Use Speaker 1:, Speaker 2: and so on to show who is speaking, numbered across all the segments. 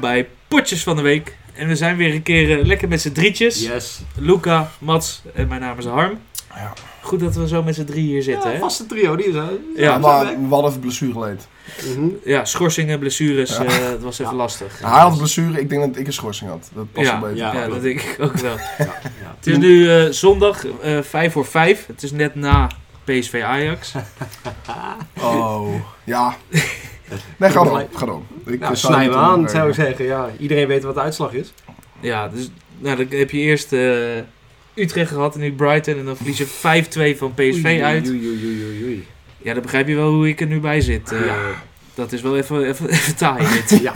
Speaker 1: bij Potjes van de Week. En we zijn weer een keer eh, lekker met z'n drietjes.
Speaker 2: Yes.
Speaker 1: Luca, Mats en mijn naam is Harm.
Speaker 3: Ja.
Speaker 1: Goed dat we zo met z'n drie hier zitten.
Speaker 2: Ja,
Speaker 1: hè?
Speaker 2: vaste trio, die is Ah, hè?
Speaker 1: Ja,
Speaker 3: maar we hadden even blessure leed.
Speaker 2: Mhm.
Speaker 1: ja schorsingen, blessures. eh, het was even
Speaker 2: Ja.
Speaker 1: lastig.
Speaker 3: Hij had blessure, ik denk dat ik een schorsing had. Dat past
Speaker 1: Ja,
Speaker 3: wel beter.
Speaker 1: Ja,
Speaker 2: Ja,
Speaker 1: dat
Speaker 2: klopt.
Speaker 1: denk ik ook wel.
Speaker 2: Ja, ja.
Speaker 1: Het is nu eh, zondag, eh 5 voor 5. Het is net na PSV Ajax.
Speaker 3: Oh, ja. Nee, ga dan. Ga dan. Ik eh,
Speaker 2: Nou,
Speaker 3: zou
Speaker 2: snij
Speaker 3: niet
Speaker 2: me
Speaker 3: doen,
Speaker 2: aan,
Speaker 3: maar-
Speaker 2: zou ik zeggen. Ja, iedereen weet wat de uitslag is.
Speaker 1: Ja, dus nou, dan heb je eerst eh, Utrecht gehad en nu Brighton. En dan verlies je 5-2 van PSV
Speaker 2: Oei,
Speaker 1: uit.
Speaker 2: Oei, oei, oei, oei, oei.
Speaker 1: Ja, dan begrijp je wel hoe ik er nu bij zit. eh.
Speaker 2: Ja.
Speaker 1: Dat is wel even, even, even taai dit.
Speaker 2: Ja,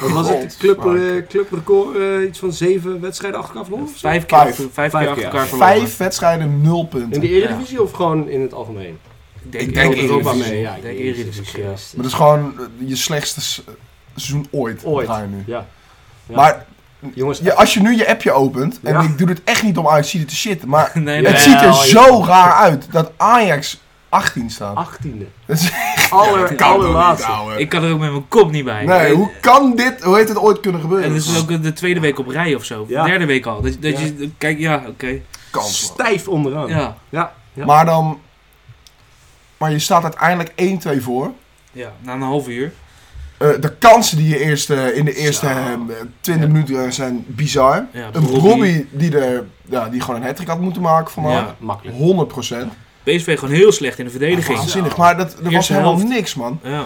Speaker 2: wat was het? Club,
Speaker 3: Godsmaak.
Speaker 2: eh, clubrecord, eh, iets van zeven wedstrijden achter elkaar verloren? of zo?
Speaker 1: Vijf keer,
Speaker 3: Vijf.
Speaker 1: achter- vijf
Speaker 2: Vijf
Speaker 1: keer achter
Speaker 2: keer.
Speaker 1: elkaar verloren.
Speaker 3: Vijf wedstrijden, nul punten.
Speaker 2: In de Eredivisie of gewoon in het algemeen?
Speaker 1: Ik denk
Speaker 3: Ik denk
Speaker 1: Europa
Speaker 3: Eredivisie.
Speaker 1: mee. Ja, ik
Speaker 2: ik
Speaker 1: denk
Speaker 2: Jezus
Speaker 1: Eredivisie, ja.
Speaker 2: Christus.
Speaker 3: Maar dat is gewoon eh, je slechtste se- seizoen ooit.
Speaker 2: Ooit.
Speaker 3: Ga je nu.
Speaker 2: Ja. Ja.
Speaker 3: Maar
Speaker 2: Jongens,
Speaker 3: je, als je nu je appje opent, en
Speaker 2: Ja.
Speaker 3: ik doe dit echt niet om Ajax te shitten, maar
Speaker 1: Nee,
Speaker 2: Ja,
Speaker 1: nee.
Speaker 3: het ziet er
Speaker 2: joh.
Speaker 3: zo raar uit dat Ajax 18 staat.
Speaker 2: 18e.
Speaker 3: Dat is-
Speaker 2: Aller, allerlaatste.
Speaker 1: Ik kan er ook met mijn kop niet bij.
Speaker 3: Nee,
Speaker 1: En-
Speaker 3: hoe kan dit, hoe heeft dit ooit kunnen gebeuren?
Speaker 1: En dat is ook de tweede week op rij of zo.
Speaker 2: Ja.
Speaker 1: Derde week al. Dat, dat
Speaker 2: Ja. Oh.
Speaker 1: je, kijk, ja, oké.
Speaker 3: Kansloos.
Speaker 2: Stijf onderaan.
Speaker 1: Ja.
Speaker 2: Ja.
Speaker 3: Maar dan. Maar je staat uiteindelijk 1-2 voor.
Speaker 1: ja, na een half uur.
Speaker 3: Eh, de kansen die je eerst, eh, in de eerste
Speaker 2: Zo.
Speaker 3: eh, 20 minuten eh, zijn bizar.
Speaker 1: Ja,
Speaker 3: Een Robbie die, er, ja, die gewoon een hat had moeten maken van
Speaker 1: Ja.
Speaker 3: mij.
Speaker 2: Makkelijk.
Speaker 3: 100 procent.
Speaker 1: PSV gewoon heel slecht in de verdediging. Ja.
Speaker 3: Waanzinnig. Maar dat, er was
Speaker 1: Eerste
Speaker 3: helemaal
Speaker 1: helft.
Speaker 3: niks, man.
Speaker 1: Ja.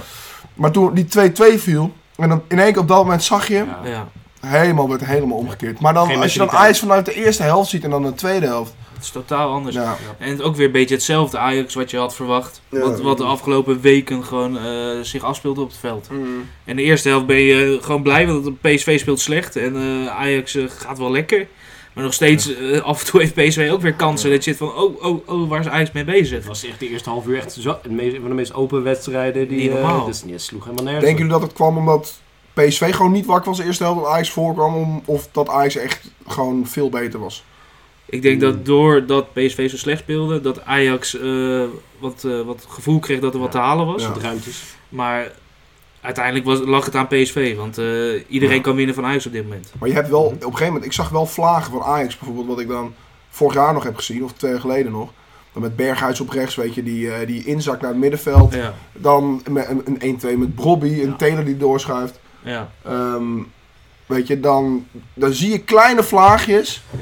Speaker 3: Maar toen die 2-2 viel. En dan in één keer op dat moment zag je hem.
Speaker 2: Ja.
Speaker 3: Helemaal werd helemaal omgekeerd. Maar dan,
Speaker 2: Geen
Speaker 3: als je dan
Speaker 2: mentaliteit.
Speaker 3: Ajax vanuit de eerste helft ziet en dan de tweede helft.
Speaker 1: Het is totaal anders.
Speaker 3: Nou,
Speaker 1: En het ook weer een beetje hetzelfde Ajax wat je had verwacht.
Speaker 3: Ja.
Speaker 1: Wat, wat de afgelopen weken gewoon eh, zich afspeelde op het veld. En de eerste helft ben je eh, gewoon blij, want PSV speelt slecht en eh, Ajax eh, gaat wel lekker. Maar nog steeds, eh, af en toe heeft PSV ook weer kansen. Dat je zit van, oh, oh, oh, waar is Ajax mee bezig?
Speaker 2: Het was echt de eerste half uur echt zo, het meest, een van de meest open wedstrijden. Die,
Speaker 1: Niet
Speaker 2: eh,
Speaker 1: normaal.
Speaker 2: dus, nee, het sloeg helemaal nergens.
Speaker 3: Denken jullie dat het kwam omdat PSV gewoon niet wakker was de eerste helft en Ajax voorkwam? Om, of dat Ajax echt gewoon veel beter was?
Speaker 1: Ik denk dat
Speaker 2: Mm.
Speaker 1: doordat PSV zo slecht speelde, dat Ajax eh, wat, eh, wat gevoel kreeg dat er wat
Speaker 2: Ja.
Speaker 1: te halen was.
Speaker 3: Ja.
Speaker 2: op? Ruimtes.
Speaker 1: Maar uiteindelijk was, lag het aan PSV, want eh, iedereen
Speaker 3: Ja.
Speaker 1: kan winnen van Ajax op dit moment.
Speaker 3: Maar je hebt wel, op een gegeven moment, ik zag wel vlagen van Ajax bijvoorbeeld, wat ik dan vorig jaar nog heb gezien, of twee jaar geleden nog. Dan met Berghuis op rechts, weet je, die, eh, die inzakt naar het middenveld.
Speaker 1: Ja,
Speaker 3: Dan met een, een 1-2 met Brobby, een
Speaker 2: Ja.
Speaker 3: Taylor die doorschuift.
Speaker 1: ja.
Speaker 3: Ehm, weet je, dan, dan zie je kleine vlaagjes.
Speaker 2: Ja.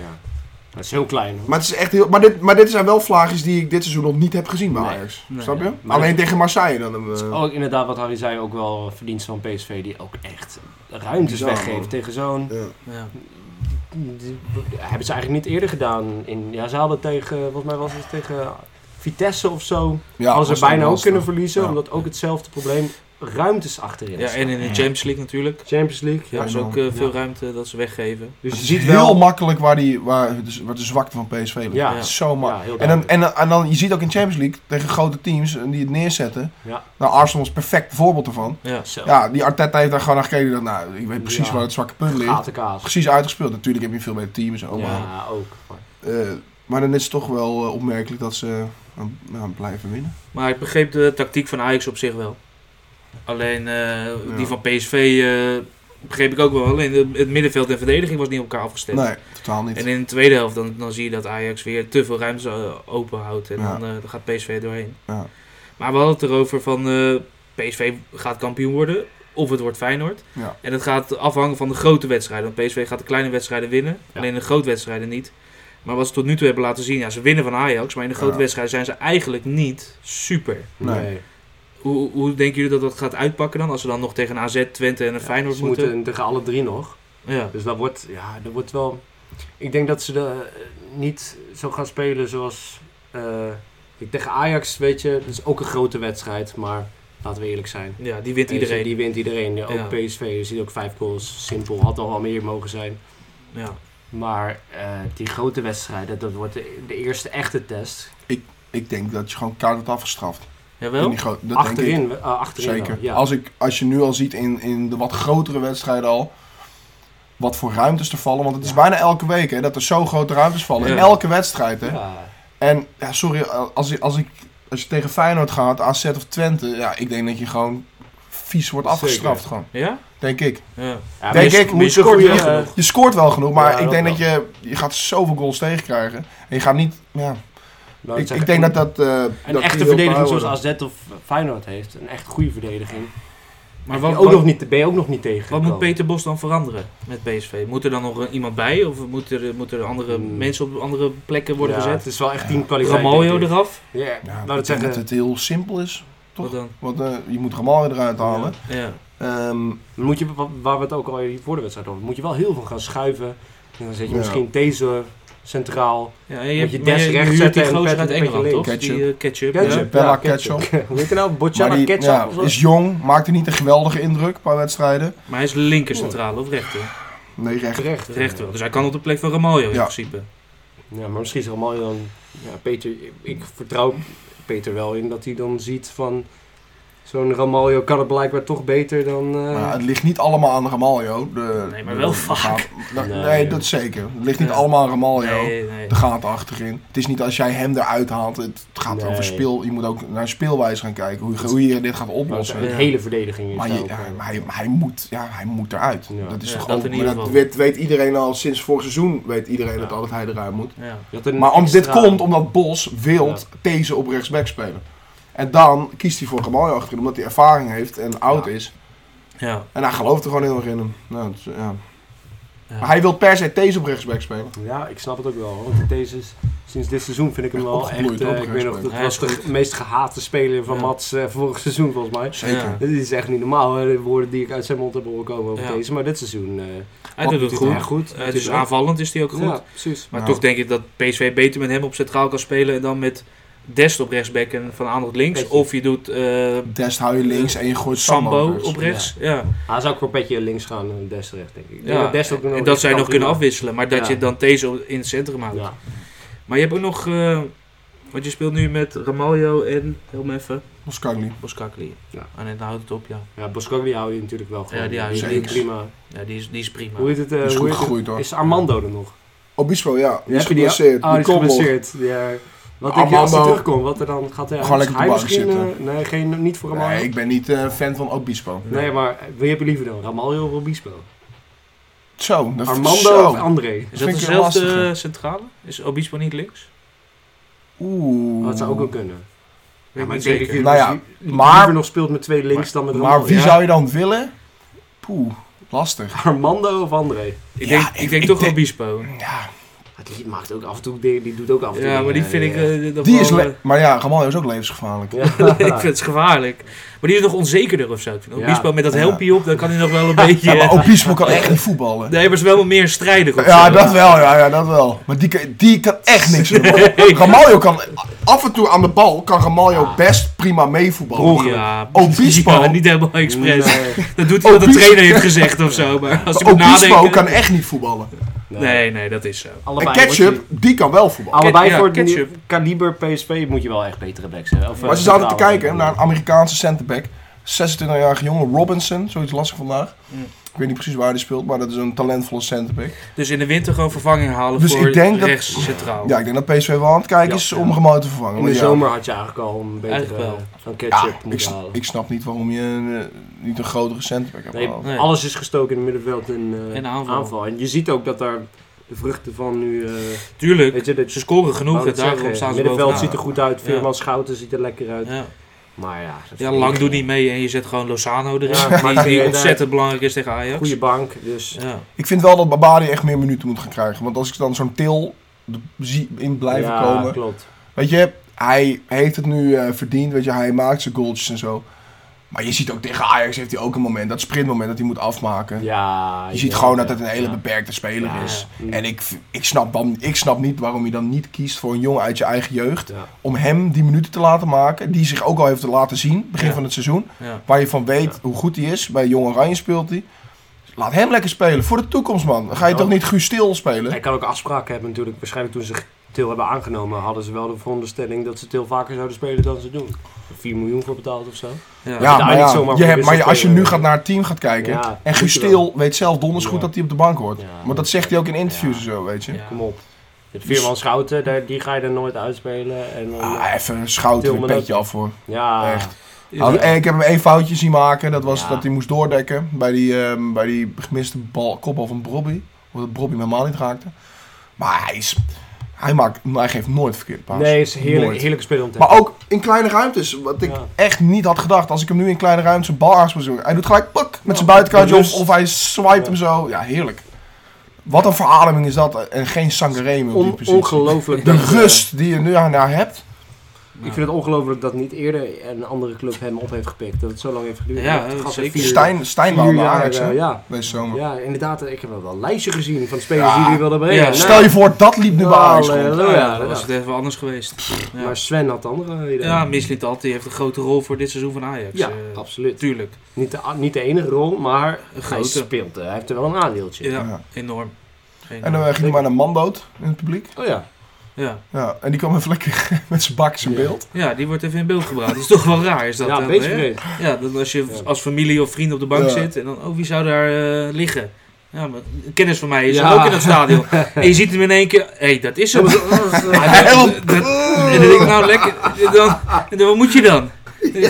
Speaker 2: Dat is heel klein. Hoor.
Speaker 3: Maar, het is echt heel, maar, dit, maar dit zijn wel vlaagjes die ik dit seizoen nog niet heb gezien bij
Speaker 2: Nee. Oh.
Speaker 3: Ajax.
Speaker 1: Nee.
Speaker 3: Snap je?
Speaker 2: Ja, maar
Speaker 3: Alleen
Speaker 2: dat-
Speaker 3: tegen Marseille dan. hebben we-
Speaker 2: Het is ook inderdaad wat Harry zei, ook wel eh, verdienst van PSV die ook echt ruimtes
Speaker 3: Bizar,
Speaker 2: weggeeft
Speaker 3: man.
Speaker 2: tegen zo'n...
Speaker 3: ja.
Speaker 1: ja.
Speaker 2: die- Hebben ze eigenlijk niet eerder gedaan. In, ja, ze hadden tegen, volgens mij was het tegen Vitesse of zo.
Speaker 3: Ja,
Speaker 2: hadden
Speaker 3: was
Speaker 2: ze bijna
Speaker 3: wel
Speaker 2: ook kunnen
Speaker 3: lastig.
Speaker 2: verliezen,
Speaker 3: Ja.
Speaker 2: omdat ook hetzelfde probleem ruimtes achterin
Speaker 1: ja,
Speaker 2: is.
Speaker 1: en in de Champions League natuurlijk.
Speaker 2: Champions League,
Speaker 1: Ja,
Speaker 2: ja.
Speaker 1: is ook eh, veel ruimte dat ze weggeven.
Speaker 2: Dus je
Speaker 3: het
Speaker 2: ziet
Speaker 3: is heel
Speaker 2: wel...
Speaker 3: makkelijk waar, die, waar, de, waar de zwakte van PSV ligt.
Speaker 2: Ja.
Speaker 3: Het is zo
Speaker 2: Ja,
Speaker 3: makkelijk.
Speaker 2: heel
Speaker 3: En dan,
Speaker 2: duidelijk.
Speaker 3: en, dan- en dan, je ziet ook in Champions League tegen grote teams eh, die het neerzetten.
Speaker 2: Ja.
Speaker 3: Nou, Arsenal is perfect voorbeeld ervan.
Speaker 1: Ja.
Speaker 2: Zo.
Speaker 3: Ja, die Arteta heeft daar gewoon naar gekeken. Die dacht, nou, ik weet precies
Speaker 2: Ja.
Speaker 3: waar het zwakke punt ligt.
Speaker 2: Gatenkaas.
Speaker 3: Precies uitgespeeld. Natuurlijk heb je een veel beter team en zo. Maar,
Speaker 2: Ja, ook. Maar-
Speaker 3: eh, maar dan is het toch wel eh, opmerkelijk dat ze eh, nou, blijven winnen.
Speaker 1: Maar ik begreep de tactiek van Ajax op zich wel. Alleen eh, die
Speaker 3: Ja.
Speaker 1: van PSV eh, begreep ik ook wel. Alleen de- het middenveld en verdediging was niet op elkaar afgestemd.
Speaker 3: Nee, totaal niet.
Speaker 1: En in de tweede helft dan, dan zie je dat Ajax weer te veel ruimte eh, open houdt. En
Speaker 3: Ja.
Speaker 1: dan, eh, dan gaat PSV er doorheen.
Speaker 3: Ja.
Speaker 1: Maar we hadden het erover van eh, PSV gaat kampioen worden. Of het wordt Feyenoord.
Speaker 3: Ja.
Speaker 1: En dat gaat afhangen van de grote wedstrijden. Want PSV gaat de kleine wedstrijden winnen.
Speaker 2: Ja.
Speaker 1: Alleen de grote wedstrijden niet. Maar wat ze tot nu toe hebben laten zien. Ja, ze winnen van Ajax. Maar in de grote
Speaker 3: Ja.
Speaker 1: wedstrijden zijn ze eigenlijk niet super.
Speaker 3: Nee.
Speaker 2: Nee.
Speaker 1: Hoe, hoe denken jullie dat dat gaat uitpakken dan? Als ze dan nog tegen een AZ, Twente en een Feyenoord
Speaker 2: Ze
Speaker 1: moeten?
Speaker 2: moeten tegen alle drie nog.
Speaker 1: Ja.
Speaker 2: Dus dat wordt, ja, dat wordt wel... Ik denk dat ze de, eh, niet zo gaan spelen zoals... eh, ik tegen Ajax, weet je, dat is ook een grote wedstrijd. Maar laten we eerlijk zijn.
Speaker 1: ja, die wint
Speaker 2: Weet je,
Speaker 1: iedereen.
Speaker 2: Die wint iedereen. Ja, ook
Speaker 1: Ja.
Speaker 2: PSV, je ziet ook vijf goals. Simpel, had al wel meer mogen zijn.
Speaker 1: Ja.
Speaker 2: Maar eh, die grote wedstrijden, dat wordt de, de eerste echte test.
Speaker 3: Ik denk dat je gewoon kaart wordt afgestraft. In
Speaker 1: Jawel?
Speaker 3: die gro- dat denk ik.
Speaker 2: achterin, eh, achterin
Speaker 3: Zeker.
Speaker 2: wel, ja.
Speaker 3: Als, ik, als je nu al ziet in, in de wat grotere wedstrijden al. Wat voor ruimtes er vallen. Want het is
Speaker 2: Ja.
Speaker 3: bijna elke week hè, dat er zo grote ruimtes vallen. In
Speaker 1: Ja.
Speaker 3: elke wedstrijd. Hè.
Speaker 2: Ja.
Speaker 3: En ja, sorry, eh, als, ik- als, ik, als je tegen Feyenoord gaat, AZ of Twente. Ja, ik denk dat je gewoon vies wordt
Speaker 2: Zeker.
Speaker 3: afgestraft. Gewoon.
Speaker 1: Ja?
Speaker 3: Denk ik.
Speaker 1: Ja.
Speaker 2: Ja,
Speaker 3: Denk
Speaker 2: maar je-
Speaker 3: ik,
Speaker 2: maar je
Speaker 3: moet je
Speaker 2: scoort
Speaker 3: goede-
Speaker 2: niet genoeg.
Speaker 3: Je scoort wel genoeg, maar
Speaker 2: Ja,
Speaker 3: ik
Speaker 2: dat
Speaker 3: denk
Speaker 2: wel.
Speaker 3: dat je... Je gaat zoveel goals tegenkrijgen. En je gaat niet... Ja,
Speaker 2: Nou,
Speaker 3: ik,
Speaker 2: zeg-
Speaker 3: ik denk dat dat... eh,
Speaker 2: Een
Speaker 3: dat
Speaker 2: echte
Speaker 3: die heel
Speaker 2: verdediging
Speaker 3: behouden.
Speaker 2: zoals AZ of Feyenoord heeft. Een echt goede verdediging.
Speaker 1: Maar
Speaker 2: Ben
Speaker 1: wat,
Speaker 2: je ook nog
Speaker 1: wat,
Speaker 2: niet, ben je ook nog niet tegen.
Speaker 1: wat moet Peter Bos dan veranderen met PSV? Moet er dan nog eh, iemand bij? Of moet er, moeten er andere
Speaker 2: Hmm.
Speaker 1: mensen op andere plekken worden
Speaker 2: Het
Speaker 1: gezet?
Speaker 2: is wel echt teamkwaliteit.
Speaker 1: Ramaljo
Speaker 2: denk ik.
Speaker 1: eraf?
Speaker 2: Ja,
Speaker 3: Ja,
Speaker 2: laat
Speaker 3: ik
Speaker 2: het
Speaker 3: denk
Speaker 2: zeggen.
Speaker 3: dat het heel simpel is. Toch?
Speaker 1: Wat dan?
Speaker 3: Want eh, je moet Ramal eruit halen.
Speaker 1: Ja.
Speaker 3: Ehm,
Speaker 2: Moet je, wa- waar we het ook al hier voor de wedstrijd over moet je wel heel veel gaan schuiven. En dan zet je
Speaker 3: Ja.
Speaker 2: misschien deze centraal.
Speaker 1: Ja, en je,
Speaker 2: Moet
Speaker 1: hebt
Speaker 2: je
Speaker 1: je
Speaker 2: Des
Speaker 1: je
Speaker 2: rechts
Speaker 1: huurt
Speaker 2: zetten en
Speaker 1: die gozer
Speaker 2: Pet
Speaker 1: uit
Speaker 2: een beetje
Speaker 1: Engeland,
Speaker 2: links.
Speaker 1: toch? Die
Speaker 3: Ketchup.
Speaker 1: eh, ketchup.
Speaker 3: Ketchup.
Speaker 1: ja.
Speaker 3: Bella
Speaker 2: Hoe heet het nou?
Speaker 3: maar
Speaker 2: Bocciana
Speaker 3: die
Speaker 2: Ketchup
Speaker 3: ja,
Speaker 2: of zo?
Speaker 3: is jong, maakte niet een geweldige indruk bij wedstrijden.
Speaker 1: Maar hij is linker centrale of rechter?
Speaker 3: Nee, recht.
Speaker 2: Terecht.
Speaker 1: Rechter wel. Dus hij kan op de plek van Ramaljo in
Speaker 3: Ja.
Speaker 1: principe.
Speaker 2: Ja, maar misschien is Ramaljo dan... Ja, Peter, ik vertrouw Peter wel in dat hij dan ziet van... Zo'n Ramaljo kan het blijkbaar toch beter dan... eh,
Speaker 3: Maar het ligt niet allemaal aan Ramaljo. De,
Speaker 1: Nee, maar wel
Speaker 3: de-
Speaker 1: vaak.
Speaker 3: de-
Speaker 2: Nee.
Speaker 3: nee, dat zeker. Het ligt niet
Speaker 1: Ja.
Speaker 3: allemaal aan
Speaker 2: Oh,
Speaker 3: Ramaljo.
Speaker 1: Nee, nee.
Speaker 3: De gaten achterin. Het is niet als jij hem eruit haalt. Het gaat
Speaker 2: Nee.
Speaker 3: over speel. Je moet ook naar speelwijze gaan kijken. Hoe, je- hoe je dit gaat
Speaker 2: maar het-
Speaker 3: oplossen.
Speaker 2: de
Speaker 1: Ja.
Speaker 2: hele verdediging is
Speaker 3: Maar,
Speaker 2: daar
Speaker 3: je-
Speaker 2: ook,
Speaker 3: ja,
Speaker 2: eh,
Speaker 3: maar hij, hij, moet, ja, hij moet eruit.
Speaker 2: Ja.
Speaker 3: Dat is
Speaker 1: Ja,
Speaker 3: toch
Speaker 1: dat
Speaker 3: ook-
Speaker 1: in
Speaker 3: maar
Speaker 1: ieder
Speaker 3: dat
Speaker 1: geval.
Speaker 3: weet, weet iedereen al sinds vorig seizoen. Weet iedereen het al dat hij eruit moet.
Speaker 1: Ja.
Speaker 2: je had een
Speaker 3: Maar om, dit
Speaker 2: extra-
Speaker 3: komt omdat Bos wild deze op rechtsback spelen. En dan kiest hij voor Gamaljo achterin. Omdat hij ervaring heeft en oud
Speaker 2: Ja.
Speaker 3: is.
Speaker 1: Ja.
Speaker 3: En hij gelooft er gewoon heel erg in hem. Nou, het is- ja.
Speaker 1: Ja.
Speaker 3: Maar hij wil per se deze op rechtsback spelen.
Speaker 2: Ja, ik snap het ook wel. Want deze is, sinds dit seizoen vind ik hem
Speaker 3: Echt
Speaker 2: wel
Speaker 3: opgebloeid,
Speaker 2: echt... eh,
Speaker 3: hoor,
Speaker 2: ik weet nog, dat
Speaker 1: Hij
Speaker 2: was
Speaker 1: is
Speaker 2: de meest gehate speler van
Speaker 1: Ja.
Speaker 2: Mats eh, vorig seizoen volgens mij.
Speaker 3: Zeker.
Speaker 1: Ja.
Speaker 2: Dit is echt niet normaal, hè, de woorden die ik uit zijn mond heb horen komen over
Speaker 1: Ja.
Speaker 2: deze. Maar dit seizoen eh,
Speaker 1: Hij doet het
Speaker 2: hij
Speaker 1: goed.
Speaker 2: erg goed.
Speaker 1: Eh, Het is aanvallend, is hij ook goed.
Speaker 2: Ja, precies.
Speaker 1: Maar
Speaker 3: Ja.
Speaker 1: toch denk ik dat PSV beter met hem op centraal kan spelen dan met Dest op rechtsback en Van Aanholt links.
Speaker 2: Petje.
Speaker 1: Of je doet eh,
Speaker 3: Dest hou je links en je gooit Sambo
Speaker 1: Sambo
Speaker 3: rechts.
Speaker 1: op rechts. Ja.
Speaker 2: Hij zou ook voor Petje links gaan en Des rechts, denk ik.
Speaker 1: Ja.
Speaker 2: Des ook nog
Speaker 1: En dat
Speaker 2: links
Speaker 1: zij
Speaker 2: kan
Speaker 1: nog kunnen
Speaker 2: prima.
Speaker 1: afwisselen. Maar dat
Speaker 2: Ja.
Speaker 1: je dan deze in het centrum houdt.
Speaker 2: Ja.
Speaker 1: Maar je hebt ook nog... eh, want je speelt nu met Ramaljo en, heel me even,
Speaker 3: Ons kan
Speaker 2: Eh,
Speaker 3: niet.
Speaker 1: Boskakli.
Speaker 2: Ja.
Speaker 1: En dan houdt het op, ja.
Speaker 2: Ja, Boscogli houdt hij natuurlijk wel gewoon.
Speaker 1: Ja, die houdt
Speaker 2: is
Speaker 3: hij
Speaker 2: heel
Speaker 3: links.
Speaker 2: prima.
Speaker 1: ja die, is, die is prima.
Speaker 2: Hoe heet het? eh,
Speaker 3: Die is
Speaker 2: hoe
Speaker 3: goed
Speaker 2: heet het?
Speaker 3: gegroeid hoor.
Speaker 2: Is Armando er nog?
Speaker 3: Obispo, ja. Die is
Speaker 2: Heb je die-
Speaker 3: geblesseerd.
Speaker 2: Oh, die is
Speaker 3: komt nog.
Speaker 2: geblesseerd. Ja. Wat denk je als hij
Speaker 3: Armando.
Speaker 2: terugkomt? Wat er dan gaat hij?
Speaker 3: Gewoon lekker op de
Speaker 2: hij
Speaker 3: bank
Speaker 2: misschien,
Speaker 3: zitten.
Speaker 2: eh, nee, geen, niet voor Ramaljo.
Speaker 3: Nee,
Speaker 2: Nee,
Speaker 3: ik ben niet eh, fan van Obispo.
Speaker 2: maar eh, wie heb je liever dan? Ramaljo of Obispo?
Speaker 3: Zo, dat
Speaker 2: Armando
Speaker 3: zo.
Speaker 2: of André?
Speaker 1: is
Speaker 3: vind
Speaker 1: dat
Speaker 3: ik
Speaker 1: dezelfde
Speaker 3: lastiger.
Speaker 1: eh, centrale? Is Obispo niet links?
Speaker 3: Oeh.
Speaker 2: Dat zou ook wel kunnen.
Speaker 1: Weet ik
Speaker 2: maar
Speaker 1: niet
Speaker 2: ik denk dat
Speaker 1: zeker.
Speaker 2: je
Speaker 3: Nou ja,
Speaker 2: dus li-
Speaker 3: maar-
Speaker 2: liever nog speelt met twee links dan met
Speaker 3: Maar
Speaker 2: Ramaljo.
Speaker 3: wie
Speaker 1: Ja.
Speaker 3: zou je dan willen? Poeh, lastig.
Speaker 2: Armando of André?
Speaker 1: Ik
Speaker 3: Ja,
Speaker 1: denk,
Speaker 3: ik-
Speaker 1: ik denk
Speaker 3: ik
Speaker 1: toch
Speaker 3: denk-
Speaker 1: Obispo.
Speaker 3: Ja,
Speaker 2: Die maakt ook af en toe dingen, die doet ook af en toe
Speaker 1: Ja, maar die vind ik...
Speaker 2: dingen,
Speaker 1: eh, dat
Speaker 3: die is...
Speaker 1: wel, eh,
Speaker 3: le- Maar ja, Ramaljo is ook levensgevaarlijk.
Speaker 2: ja.
Speaker 1: ik vind het gevaarlijk. Maar die is nog onzekerder of zo. Ik vind
Speaker 2: Ja.
Speaker 1: Obispo met dat
Speaker 3: Ja.
Speaker 1: helmpje op, dan kan hij nog wel een
Speaker 3: Ja,
Speaker 1: beetje...
Speaker 3: maar Obispo kan echt niet voetballen.
Speaker 1: Nee, maar is wel meer strijdig of
Speaker 3: Ja,
Speaker 1: zo.
Speaker 3: dat wel, ja, ja, dat wel. Maar die, kan- die kan echt niks doen.
Speaker 1: Nee.
Speaker 3: Ramaljo kan af en toe aan de bal, kan Ramaljo
Speaker 2: Ja.
Speaker 3: best prima meevoetballen.
Speaker 2: Broer.
Speaker 1: Ja,
Speaker 3: Obispo.
Speaker 1: ja, niet helemaal expres.
Speaker 2: Nee,
Speaker 1: Dat doet hij wat de
Speaker 3: Obispo.
Speaker 1: trainer heeft gezegd of zo. Maar als hij
Speaker 3: Maar
Speaker 1: moet
Speaker 3: Obispo
Speaker 1: nadenken...
Speaker 3: Oh, kan echt niet voetballen.
Speaker 1: Nee, nee, dat is zo.
Speaker 3: En
Speaker 2: Allebei
Speaker 3: Ketchup,
Speaker 2: wordt
Speaker 3: die kan wel voetballen.
Speaker 2: Allebei
Speaker 1: Ja,
Speaker 2: voor het
Speaker 1: ketchup.
Speaker 2: nie- kaliber PSV moet je wel echt betere backs hebben. Of, eh,
Speaker 3: Maar ze zaten te
Speaker 2: centrale
Speaker 3: kijken naar een Amerikaanse centerback. 26-jarige jongen, Robinson, zoiets lastig vandaag.
Speaker 1: Mm.
Speaker 3: Ik weet niet precies waar hij speelt, maar dat is een talentvolle centerback.
Speaker 1: Dus in de winter gewoon vervanging halen
Speaker 3: Dus
Speaker 1: voor
Speaker 3: ik denk dat-
Speaker 1: rechts centraal.
Speaker 3: Ja, ik denk dat PSV wel aan het kijken
Speaker 2: Ja.
Speaker 3: is om Ramaljo te vervangen.
Speaker 2: In de
Speaker 3: Want Oh, ja,
Speaker 2: zomer had je eigenlijk al een betere
Speaker 1: Eigenlijk wel.
Speaker 2: eh, van ketchup
Speaker 3: Ja, ik,
Speaker 2: moeten
Speaker 3: sn-
Speaker 2: halen.
Speaker 3: ik snap niet waarom je eh, niet een grotere centerback hebt
Speaker 2: Nee,
Speaker 3: gehaald.
Speaker 1: Nee.
Speaker 2: Alles is gestoken in het middenveld en, eh,
Speaker 1: En
Speaker 2: aanval.
Speaker 1: aanval.
Speaker 2: En je ziet ook dat daar de vruchten van nu... eh,
Speaker 1: Tuurlijk,
Speaker 2: weet je, dat
Speaker 1: ze scoren
Speaker 2: wou
Speaker 1: genoeg.
Speaker 2: ik
Speaker 1: En daarom
Speaker 2: zeggen,
Speaker 1: staan ze
Speaker 2: middenveld
Speaker 1: bovenaan.
Speaker 2: ziet er goed uit.
Speaker 1: Ja.
Speaker 2: Veerman Schouten ziet er lekker uit.
Speaker 1: Ja.
Speaker 2: Maar ja... dat
Speaker 1: ja,
Speaker 2: vind
Speaker 1: Lang
Speaker 2: ik-
Speaker 1: doet niet mee en je zet gewoon Lozano erin.
Speaker 2: Ja,
Speaker 1: die-
Speaker 2: maar-
Speaker 1: die,
Speaker 2: Ja.
Speaker 1: ontzettend belangrijk is tegen Ajax.
Speaker 2: Goede bank, dus...
Speaker 1: Ja.
Speaker 3: Ik vind wel dat Babari echt meer minuten moet gaan krijgen. Want als ik dan zo'n til d- zie in blijven
Speaker 2: ja,
Speaker 3: komen.
Speaker 2: klopt.
Speaker 3: Weet je, hij heeft het nu eh, verdiend. Weet je, hij maakt zijn goaltjes en zo. Maar je ziet ook tegen Ajax heeft hij ook een moment, dat sprintmoment dat hij moet afmaken.
Speaker 2: Ja,
Speaker 3: je ziet gewoon dat het een hele beperkte speler is. En ik, ik, snap dan, ik snap niet waarom je dan niet kiest voor een jongen uit je eigen jeugd.
Speaker 2: Ja.
Speaker 3: Om hem die minuten te laten maken. Die zich ook al heeft laten zien. Begin
Speaker 1: Ja.
Speaker 3: van het seizoen.
Speaker 1: Ja.
Speaker 3: Waar je van weet
Speaker 2: Ja.
Speaker 3: hoe goed hij is. Bij Jong Oranje speelt hij. Laat hem lekker spelen. Voor de toekomst, man. Dan Ga je
Speaker 2: Ja.
Speaker 3: toch niet Guus Stil spelen?
Speaker 2: Hij kan ook afspraken hebben natuurlijk. Waarschijnlijk toen ze Til hebben aangenomen, hadden ze wel de veronderstelling dat ze Til vaker zouden spelen dan ze doen. 4 miljoen voor betaald of zo.
Speaker 1: Ja.
Speaker 3: Ja,
Speaker 2: daar
Speaker 3: maar,
Speaker 2: niet
Speaker 3: ja,
Speaker 2: zomaar
Speaker 3: je
Speaker 2: voor
Speaker 3: hebt, maar je- als je
Speaker 2: wisselen.
Speaker 3: nu gaat naar het team gaat kijken.
Speaker 2: Ja,
Speaker 3: en
Speaker 2: moet
Speaker 3: Guus
Speaker 2: je wel.
Speaker 3: Stil weet zelf donders goed
Speaker 2: Ja.
Speaker 3: dat hij op de bank hoort.
Speaker 2: Ja.
Speaker 3: Want dat zegt hij ook in interviews
Speaker 2: Ja.
Speaker 3: en zo, weet je.
Speaker 1: Ja.
Speaker 2: Kom op. Dus- Het Vierman Schouten, daar, die ga je er nooit uitspelen. En dan,
Speaker 3: Ah, even een schouder
Speaker 2: Til,
Speaker 3: een
Speaker 2: maar dat-
Speaker 3: petje af voor.
Speaker 2: ja,
Speaker 3: echt. Nou,
Speaker 1: Ja.
Speaker 3: Ik heb hem één foutje zien maken. Dat was
Speaker 2: Ja.
Speaker 3: dat hij moest doordekken bij die, ehm, bij die gemiste bal, kopbal van Brobby. Of dat Brobby helemaal niet raakte. Maar hij, is, hij, maakt, hij geeft nooit verkeerd paas.
Speaker 2: Nee, is een heerlijk,
Speaker 3: Nooit.
Speaker 2: heerlijke speler om te
Speaker 3: Maar ook in kleine ruimtes. Wat ik
Speaker 2: Ja.
Speaker 3: echt niet had gedacht. Als ik hem nu in kleine ruimtes een bal aan zou doen. Hij doet gelijk pak met zijn buitenkantje. Of,
Speaker 2: bewust.
Speaker 3: of hij swipe
Speaker 2: dus- Ja.
Speaker 3: hem zo. Ja, heerlijk. Wat een verademing is dat. En geen sangareme op die
Speaker 2: On-
Speaker 3: positie.
Speaker 2: ongelooflijk.
Speaker 3: De
Speaker 2: dat, eh,
Speaker 3: rust die je nu aan naar hebt.
Speaker 2: Ik vind het ongelooflijk dat niet eerder een andere club hem op heeft gepikt. Dat het zo lang heeft geduurd.
Speaker 1: Ja,
Speaker 2: Dat
Speaker 1: eh,
Speaker 2: gast
Speaker 1: zeker.
Speaker 2: heeft vier-
Speaker 3: Stijn, Stijn wou
Speaker 2: vier
Speaker 3: naar
Speaker 2: jaar,
Speaker 3: Ajax, hè?
Speaker 2: eh, ja.
Speaker 3: Deze zomer.
Speaker 2: ja, inderdaad. Ik heb wel een lijstje gezien van spelers
Speaker 3: Ja.
Speaker 2: die hij wilde brengen.
Speaker 1: Ja,
Speaker 2: Nou,
Speaker 3: Stel je voor, dat liep nu bij Ajax rond.
Speaker 2: Halleluja.
Speaker 1: Nou ja, dan
Speaker 2: Oh ja.
Speaker 1: was het even anders geweest. Ja,
Speaker 2: Maar Sven had andere ideeën.
Speaker 1: ja Mislit die heeft een grote rol voor dit seizoen van Ajax.
Speaker 2: Ja,
Speaker 1: Eh,
Speaker 2: absoluut.
Speaker 1: tuurlijk.
Speaker 2: Niet de, niet de enige rol, maar
Speaker 1: Een
Speaker 2: hij
Speaker 1: grote.
Speaker 2: speelt. eh, Hij heeft er wel een aandeeltje.
Speaker 1: Ja,
Speaker 3: Ja.
Speaker 1: enorm. Enorm.
Speaker 3: En dan eh, ging hij maar naar Manboot in het publiek.
Speaker 2: Oh ja.
Speaker 1: ja.
Speaker 3: Ja, en die kwam even lekker met zijn bak zijn
Speaker 2: Ja.
Speaker 3: beeld.
Speaker 1: ja, die wordt even in beeld gebracht. Dat is toch wel raar, is dat?
Speaker 2: ja,
Speaker 1: dan,
Speaker 2: een beetje
Speaker 1: hè?
Speaker 2: vreemd.
Speaker 1: Ja, dan als je
Speaker 2: Ja.
Speaker 1: als familie of vriend op de bank
Speaker 3: Ja.
Speaker 1: zit en dan, oh, wie zou daar eh, liggen? Ja, maar een kennis van mij is
Speaker 2: Ja.
Speaker 1: ook in het stadion. En je ziet hem in één keer, hé, hey, dat is hem. Ja,
Speaker 3: Help!
Speaker 1: dat- dat- En dan denk ik, nou lekker, dan, dan, wat moet je dan?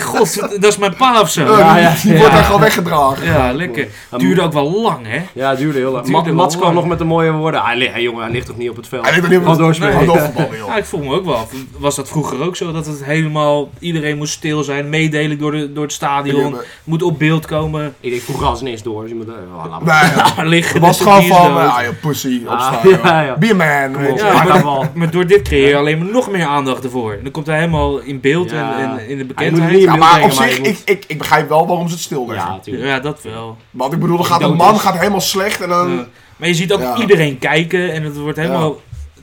Speaker 1: God, dat is mijn pa of zo.
Speaker 2: Ja,
Speaker 3: Eh,
Speaker 2: ja,
Speaker 3: die wordt
Speaker 2: ja.
Speaker 3: echt al weggedragen.
Speaker 1: Ja, lekker. Duurde ook wel lang, hè?
Speaker 2: Ja, het duurde heel lang.
Speaker 1: Duurde
Speaker 2: Ma-
Speaker 1: wel
Speaker 2: Mats kwam
Speaker 1: lang.
Speaker 2: nog met de mooie woorden. Hij, li- hij, jongen, hij ligt toch niet op het veld?
Speaker 3: Hij weet niet
Speaker 2: Gewoon
Speaker 3: wat
Speaker 2: doorspelen.
Speaker 3: Hij
Speaker 1: Nee.
Speaker 3: had overballen, joh.
Speaker 1: Ja, ik voel me ook wel. af. Was dat vroeger ook zo? Dat het helemaal, iedereen moest stil zijn, meedelen door, de, door het
Speaker 3: Die
Speaker 1: stadion.
Speaker 3: hebben-
Speaker 1: Moet op beeld komen,
Speaker 2: Ik denk, vroeger als ineens door. Dus je moet, eh, oh, laat maar.
Speaker 3: Nou ja,
Speaker 1: maar liggen.
Speaker 3: het was
Speaker 1: dus
Speaker 3: gewoon
Speaker 1: die is
Speaker 3: van,
Speaker 1: dood.
Speaker 3: ja, je pussy, opstaan.
Speaker 2: Ah,
Speaker 3: joh.
Speaker 2: ja, ja.
Speaker 3: Be a man, weet je.
Speaker 1: Ja,
Speaker 2: Ja,
Speaker 1: maar-
Speaker 2: wel.
Speaker 1: Maar door dit creëer je alleen maar nog meer aandacht ervoor. En dan komt hij helemaal in beeld
Speaker 2: Ja.
Speaker 1: en, en in de
Speaker 2: Hij moet
Speaker 1: bekendheid.
Speaker 2: niet-
Speaker 3: Ja, maar op
Speaker 2: brengen, maar
Speaker 3: zich,
Speaker 2: je moet-
Speaker 3: ik, ik, ik begrijp wel waarom ze het stilleggen.
Speaker 2: Ja, natuurlijk.
Speaker 1: Ja, dat wel.
Speaker 3: Want ik bedoel, dan gaat een
Speaker 2: Dood
Speaker 3: man
Speaker 2: is.
Speaker 3: gaat helemaal slecht en dan...
Speaker 1: Ja. Maar je ziet ook
Speaker 3: Um, Ja.
Speaker 1: iedereen kijken en het wordt helemaal...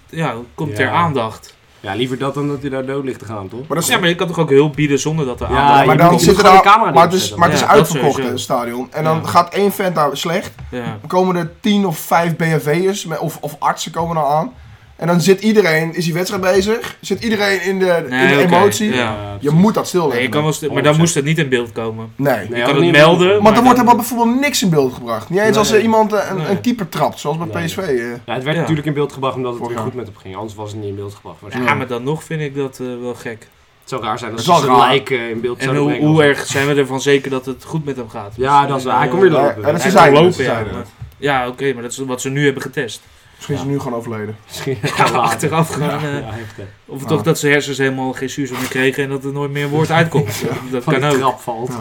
Speaker 1: Ja, komt
Speaker 2: Ja.
Speaker 1: ter aandacht.
Speaker 2: Ja, liever dat dan dat hij daar dood ligt te gaan, toch?
Speaker 3: Maar, dat is,
Speaker 1: Ja, maar je kan toch ook hulp bieden zonder dat er
Speaker 2: Ja,
Speaker 1: aandacht
Speaker 2: je
Speaker 3: maar
Speaker 1: bij
Speaker 2: moet-
Speaker 3: dan
Speaker 1: komt?
Speaker 2: je
Speaker 3: zit er
Speaker 2: gewoon
Speaker 3: al-
Speaker 2: de camera
Speaker 3: maar het is,
Speaker 2: neerzetten.
Speaker 3: maar het is
Speaker 1: Ja, dat
Speaker 3: uitverkocht,
Speaker 1: sowieso.
Speaker 3: hè, het stadion. En dan
Speaker 1: Ja.
Speaker 3: gaat één vent daar slecht.
Speaker 1: Ja.
Speaker 3: Dan komen er tien of vijf BHV'ers met- of, of artsen komen er aan. En dan zit iedereen, is die wedstrijd bezig, zit iedereen in de,
Speaker 1: Nee,
Speaker 3: in de
Speaker 1: oké,
Speaker 3: emotie.
Speaker 1: ja.
Speaker 3: Je moet dat stilleggen.
Speaker 1: Nee, je kan wel
Speaker 2: Oh,
Speaker 1: stil- maar dan moest het niet in beeld komen.
Speaker 3: Nee.
Speaker 1: Je
Speaker 2: Nee,
Speaker 1: kan
Speaker 2: op
Speaker 1: het
Speaker 2: die
Speaker 1: melden.
Speaker 2: manier.
Speaker 3: Maar dan wordt er bijvoorbeeld niks in beeld gebracht. Niet eens als er
Speaker 2: Nee.
Speaker 3: iemand eh, een,
Speaker 1: Nee.
Speaker 3: een keeper trapt, zoals bij
Speaker 2: Nee.
Speaker 3: PSV. eh.
Speaker 2: Ja, het werd
Speaker 1: Ja.
Speaker 2: natuurlijk in beeld gebracht omdat het
Speaker 3: Vorig
Speaker 2: weer
Speaker 3: jaar.
Speaker 2: goed met hem ging. Anders was het niet in beeld gebracht. waarschijnlijk.
Speaker 1: Ja, maar dan nog vind ik dat eh, wel gek.
Speaker 2: Het zou raar zijn als
Speaker 3: Het is
Speaker 2: ze
Speaker 3: wel raar.
Speaker 2: lijken in beeld
Speaker 1: En
Speaker 2: zouden
Speaker 1: hoe,
Speaker 2: brengen.
Speaker 1: hoe erg zijn we ervan zeker dat het goed met hem gaat?
Speaker 2: Ja, dat is waar. Hij komt weer
Speaker 1: Ja,
Speaker 2: lopen.
Speaker 3: Ja, dat
Speaker 1: Hij
Speaker 3: ze
Speaker 1: kan
Speaker 3: zijn
Speaker 1: lopen,
Speaker 3: Ze
Speaker 1: ja.
Speaker 3: zijn er.
Speaker 1: Ja, oké, maar dat is wat ze nu hebben getest.
Speaker 3: Misschien is hij nu gewoon overleden.
Speaker 2: Misschien
Speaker 1: Ja, achteraf gaan... eh,
Speaker 2: Ja, heeft, eh,
Speaker 1: Of
Speaker 3: Ja.
Speaker 1: toch dat zijn hersens helemaal geen zuurstof meer kregen en dat er nooit meer een woord uitkomt. Dat
Speaker 2: van
Speaker 1: kan
Speaker 2: de
Speaker 1: ook.
Speaker 2: trap valt.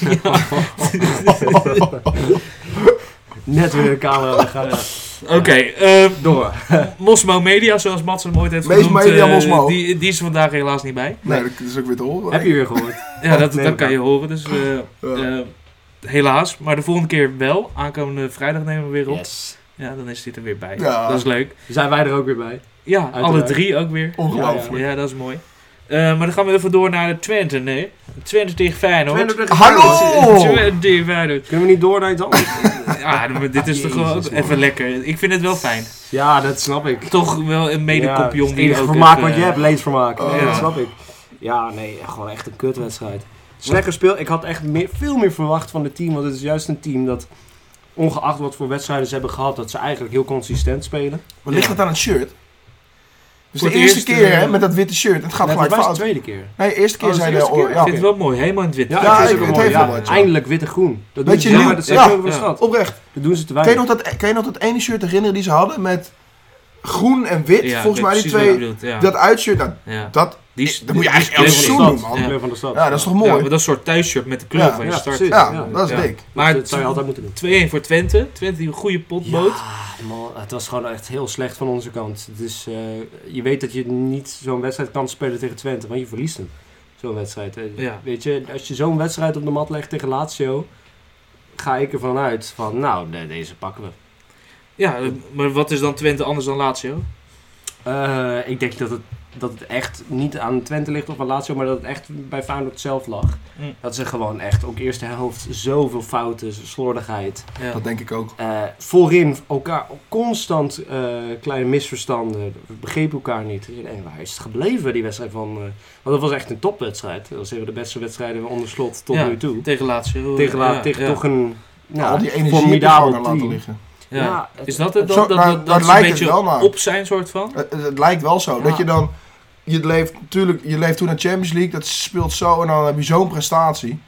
Speaker 3: Ja.
Speaker 2: Net weer de camera weggaan. Ja.
Speaker 1: Oké, eh,
Speaker 2: Door.
Speaker 1: Mosmo Media, zoals Mats hem ooit heeft
Speaker 3: Mees
Speaker 1: genoemd.
Speaker 3: Media
Speaker 1: eh,
Speaker 3: Mosmo.
Speaker 1: Die, die is er vandaag helaas niet bij.
Speaker 3: Nee, dat is ook weer te horen.
Speaker 2: Heb je weer gehoord?
Speaker 1: Ja, dat,
Speaker 2: Oh, Nee,
Speaker 1: dat kan
Speaker 2: maar-
Speaker 1: je horen. Dus eh, eh, helaas. Maar de volgende keer wel. Aankomende vrijdag nemen we weer op.
Speaker 2: Yes.
Speaker 1: Ja, dan is hij er weer bij.
Speaker 3: Ja.
Speaker 1: Dat is leuk.
Speaker 2: Zijn wij er ook weer bij?
Speaker 1: Ja, alle
Speaker 2: Uiteraard.
Speaker 1: drie ook weer.
Speaker 3: Ongelooflijk.
Speaker 1: Ja, dat is mooi. Eh, maar dan gaan we even door naar de Twente, nee. Twente tegen Feyenoord. Oh!
Speaker 3: Hallo!
Speaker 1: Twente tegen Feyenoord.
Speaker 2: Kunnen we niet door naar iets anders?
Speaker 1: Ja, maar dit is toch wel ook
Speaker 2: Jezus, man.
Speaker 1: even lekker. Ik vind het wel fijn.
Speaker 2: Ja, dat snap ik.
Speaker 1: toch wel een medekopje om die
Speaker 2: Ja, het enige
Speaker 1: ook eh,
Speaker 2: vermaak
Speaker 1: even-
Speaker 2: wat je hebt, leedvermaak.
Speaker 3: Oh.
Speaker 2: Nee,
Speaker 1: Ja.
Speaker 2: Dat snap ik. Ja, nee, gewoon echt een kutwedstrijd. Slecht gespeeld. Ik had echt meer, veel meer verwacht van het team. Want het is juist een team dat, ongeacht wat voor wedstrijden ze hebben gehad, dat ze eigenlijk heel consistent spelen.
Speaker 3: Maar ligt
Speaker 1: Ja.
Speaker 3: dat aan het shirt? Dus
Speaker 1: Voor
Speaker 3: de
Speaker 1: het
Speaker 3: eerste
Speaker 1: eerst,
Speaker 3: keer
Speaker 1: eh,
Speaker 3: hè, met dat witte shirt, het gaat
Speaker 2: Net
Speaker 3: gelijk
Speaker 2: was de
Speaker 3: fout.
Speaker 2: tweede keer.
Speaker 3: Nee, de eerste keer
Speaker 1: Oh, dat is
Speaker 3: zei
Speaker 1: de
Speaker 3: de...
Speaker 1: eerste keer?
Speaker 3: oh, ja,
Speaker 1: ik vind het wel mooi, helemaal in het wit.
Speaker 2: Ja,
Speaker 3: Ja,
Speaker 2: dat is
Speaker 3: ik-
Speaker 2: ook een
Speaker 3: het
Speaker 2: mooi.
Speaker 3: heeft
Speaker 2: Ja,
Speaker 3: wel wat, ja.
Speaker 2: eindelijk witte groen. Dat
Speaker 3: Weet
Speaker 2: doen ze
Speaker 3: je
Speaker 2: wel,
Speaker 3: nu-
Speaker 2: maar dat
Speaker 3: ja.
Speaker 2: zegt ook wel
Speaker 1: Ja.
Speaker 2: stad.
Speaker 3: Oprecht.
Speaker 2: Dat doen ze te
Speaker 3: Kan je,
Speaker 2: weinig.
Speaker 3: nog dat, kan je nog dat ene shirt herinneren die ze hadden met groen en wit?
Speaker 1: Ja,
Speaker 3: Volgens
Speaker 1: ik
Speaker 3: mij
Speaker 1: weet
Speaker 3: die
Speaker 1: precies wat je
Speaker 3: twee...
Speaker 1: bedoelt, ja.
Speaker 3: Dat uitshirt, dat,
Speaker 1: ja.
Speaker 3: dat,
Speaker 1: Die is-
Speaker 3: dat moet je
Speaker 1: die is
Speaker 3: eigenlijk
Speaker 1: kleur
Speaker 2: kleur
Speaker 3: elk seizoen
Speaker 2: van de
Speaker 3: doen,
Speaker 2: stad.
Speaker 3: man.
Speaker 1: Ja.
Speaker 2: De kleur van de stad.
Speaker 3: Ja, dat is toch
Speaker 1: Ja,
Speaker 3: mooi?
Speaker 1: maar dat is een soort thuisshirt met de kleur
Speaker 3: Ja,
Speaker 1: van je
Speaker 2: Ja,
Speaker 1: start.
Speaker 2: precies.
Speaker 3: Ja,
Speaker 2: Ja.
Speaker 3: dat is
Speaker 1: Ja.
Speaker 3: dik.
Speaker 1: Maar
Speaker 2: dat zou je altijd moeten doen.
Speaker 1: 2-1 voor Twente. Twente die een goede pot bood.
Speaker 2: Ja, man, het was gewoon echt heel slecht van onze kant. Dus je weet dat je niet zo'n wedstrijd kan spelen tegen Twente, want je verliest hem. Zo'n wedstrijd. Eh,
Speaker 1: Ja.
Speaker 2: Weet je, als je zo'n wedstrijd op de mat legt tegen Lazio, ga ik ervan uit van, nou, de- deze pakken we.
Speaker 1: Ja, eh, maar wat is dan Twente anders dan Lazio?
Speaker 2: Eh, ik denk dat het, dat het echt niet aan Twente ligt of aan Lazio, maar dat het echt bij Feyenoord zelf lag.
Speaker 1: Mm.
Speaker 2: Dat ze gewoon echt, ook eerste helft, zoveel fouten, slordigheid.
Speaker 1: Ja.
Speaker 3: Dat denk ik ook.
Speaker 2: Eh, voorin elkaar constant eh, kleine misverstanden. We begrepen elkaar niet. En waar is het gebleven, die wedstrijd van... eh, want dat was echt een topwedstrijd. Dat was een van de beste wedstrijden onder slot tot
Speaker 1: Ja,
Speaker 2: nu toe.
Speaker 1: Tegen Lazio.
Speaker 2: Tegen, la-
Speaker 1: ja,
Speaker 2: tegen
Speaker 1: ja,
Speaker 2: toch een nou,
Speaker 3: Al die energie heb je
Speaker 2: formidabel
Speaker 3: gewoon
Speaker 2: team.
Speaker 3: laten liggen.
Speaker 1: ja.
Speaker 2: Ja, het-
Speaker 1: Is dat het?
Speaker 3: Zo-
Speaker 1: Dat, dat,
Speaker 3: nou,
Speaker 1: dat,
Speaker 3: daar
Speaker 1: ze een
Speaker 3: lijkt het
Speaker 1: beetje
Speaker 3: wel naar.
Speaker 1: op zijn soort van?
Speaker 3: Het, het- het Eh, lijkt wel zo.
Speaker 2: Ja.
Speaker 3: Dat je dan je leeft, natuurlijk, je leeft toen naar Champions League, dat speelt zo en dan heb je zo'n prestatie.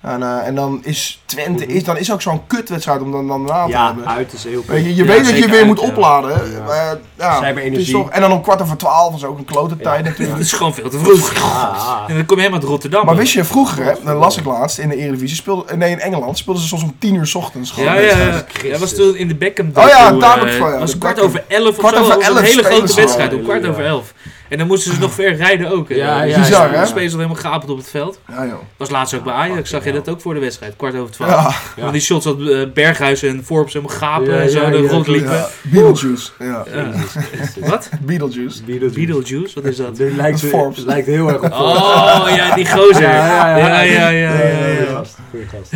Speaker 3: En, eh, en dan is Twente,
Speaker 2: Mhm.
Speaker 3: is, dan is ook zo'n kutwedstrijd om dan, dan na te
Speaker 2: Ja,
Speaker 3: hebben.
Speaker 2: uit is heel goed.
Speaker 3: Weet je, je
Speaker 1: Ja,
Speaker 3: weet dat je
Speaker 1: zeker
Speaker 3: weer
Speaker 1: uit,
Speaker 3: moet
Speaker 2: ja.
Speaker 3: opladen.
Speaker 2: Ja.
Speaker 3: maar eh, ja, het is
Speaker 2: Cyberenergie.
Speaker 3: toch, en dan om kwart over twaalf is ook een klote
Speaker 2: Ja.
Speaker 3: tijd natuurlijk.
Speaker 1: Dat is gewoon veel te vroeg.
Speaker 2: Ah,
Speaker 1: En dan kom je helemaal uit Rotterdam.
Speaker 3: Maar wist je, vroeger, hè, dat las ik laatst in de Eredivisie, speelde, eh, nee in Engeland, speelden ze soms om tien uur 's ochtends. gewoon
Speaker 1: Ja, ja,
Speaker 3: wedstrijden.
Speaker 1: ja.
Speaker 2: Christus.
Speaker 1: Ja, was toen in de Beckham
Speaker 3: Oh ja,
Speaker 1: docu,
Speaker 3: daar heb ik
Speaker 1: eh,
Speaker 3: van, ja,
Speaker 1: was
Speaker 3: de
Speaker 1: kwart
Speaker 3: Beckham.
Speaker 1: over elf
Speaker 3: Kwart
Speaker 1: of zo.
Speaker 3: over
Speaker 1: was een
Speaker 3: elf
Speaker 1: hele
Speaker 3: spelen
Speaker 1: grote
Speaker 3: ze.
Speaker 1: wedstrijd, om kwart
Speaker 2: Halleluja.
Speaker 1: over elf. En dan moesten ze nog ver rijden ook. eh.
Speaker 2: Ja,
Speaker 1: Dus
Speaker 2: ja,
Speaker 3: Bizar,
Speaker 1: dan
Speaker 3: hè?
Speaker 1: spelen ze helemaal gapend op het veld.
Speaker 3: Ja, joh.
Speaker 1: was laatst ook bij
Speaker 2: fucking
Speaker 1: Ajax, zag je
Speaker 2: hell.
Speaker 1: dat ook voor de wedstrijd, kwart over twaalf.
Speaker 3: Ja,
Speaker 1: Van die shots dat eh, Berghuis en Forbes helemaal gapen
Speaker 2: Ja,
Speaker 1: en zo
Speaker 2: ja,
Speaker 1: de
Speaker 2: ja,
Speaker 1: rondliepen.
Speaker 3: ja. Beetlejuice. Ja.
Speaker 1: Ja.
Speaker 2: Jezus Christus.
Speaker 1: Wat?
Speaker 3: Beetlejuice.
Speaker 2: Beetlejuice.
Speaker 1: Beetlejuice, wat is dat?
Speaker 2: Dit lijkt,
Speaker 3: Dat is
Speaker 2: het
Speaker 3: Forbes.
Speaker 2: lijkt heel erg op
Speaker 1: Oh, ja, die gozer.
Speaker 2: Ja, ja, ja.
Speaker 1: Ja, ja, ja, ja,
Speaker 2: Goeie
Speaker 1: ja.
Speaker 2: gast, goeie gast.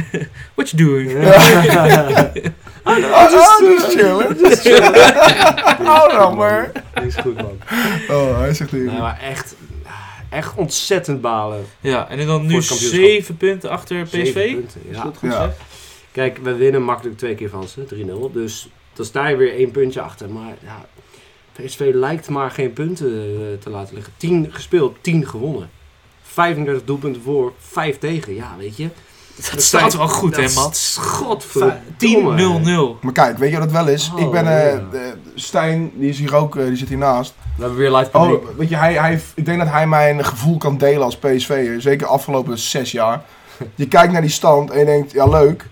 Speaker 1: What you doing?
Speaker 3: Ah, ah, dat
Speaker 2: eh,
Speaker 3: is chill, hè? Dat is chill. Oh, nou, maar.
Speaker 2: Die is goed, man.
Speaker 3: Oh, hij zegt hier.
Speaker 2: Nee, maar echt, echt ontzettend balen.
Speaker 1: Ja, en dan nu
Speaker 2: Voor het kampioenschap.
Speaker 1: 7 punten achter
Speaker 2: Zeven
Speaker 1: PSV.
Speaker 2: punten,
Speaker 1: Is
Speaker 2: Ja.
Speaker 1: dat goed
Speaker 3: Ja.
Speaker 1: zeg?
Speaker 2: Kijk, we winnen makkelijk twee keer van ze, 3-0. Dus dan sta je weer één puntje achter. Maar ja, PSV lijkt maar geen punten eh, te laten liggen. 10 gespeeld, 10 gewonnen. 35 doelpunten voor, 5 tegen. Ja, weet je.
Speaker 1: Dat staat wel goed, hè, man?
Speaker 2: Godverdomme.
Speaker 1: 10-0-0.
Speaker 3: Maar kijk, weet je wat het wel is?
Speaker 2: Oh,
Speaker 3: ik ben eh,
Speaker 2: ja.
Speaker 3: eh, Stijn, die is hier ook, eh, die zit hiernaast.
Speaker 2: We hebben weer live publiek.
Speaker 3: Oh, weet je, hij, hij, ik denk dat hij mijn gevoel kan delen als PSV'er. Zeker afgelopen zes jaar. Je kijkt naar die stand en je denkt, ja leuk,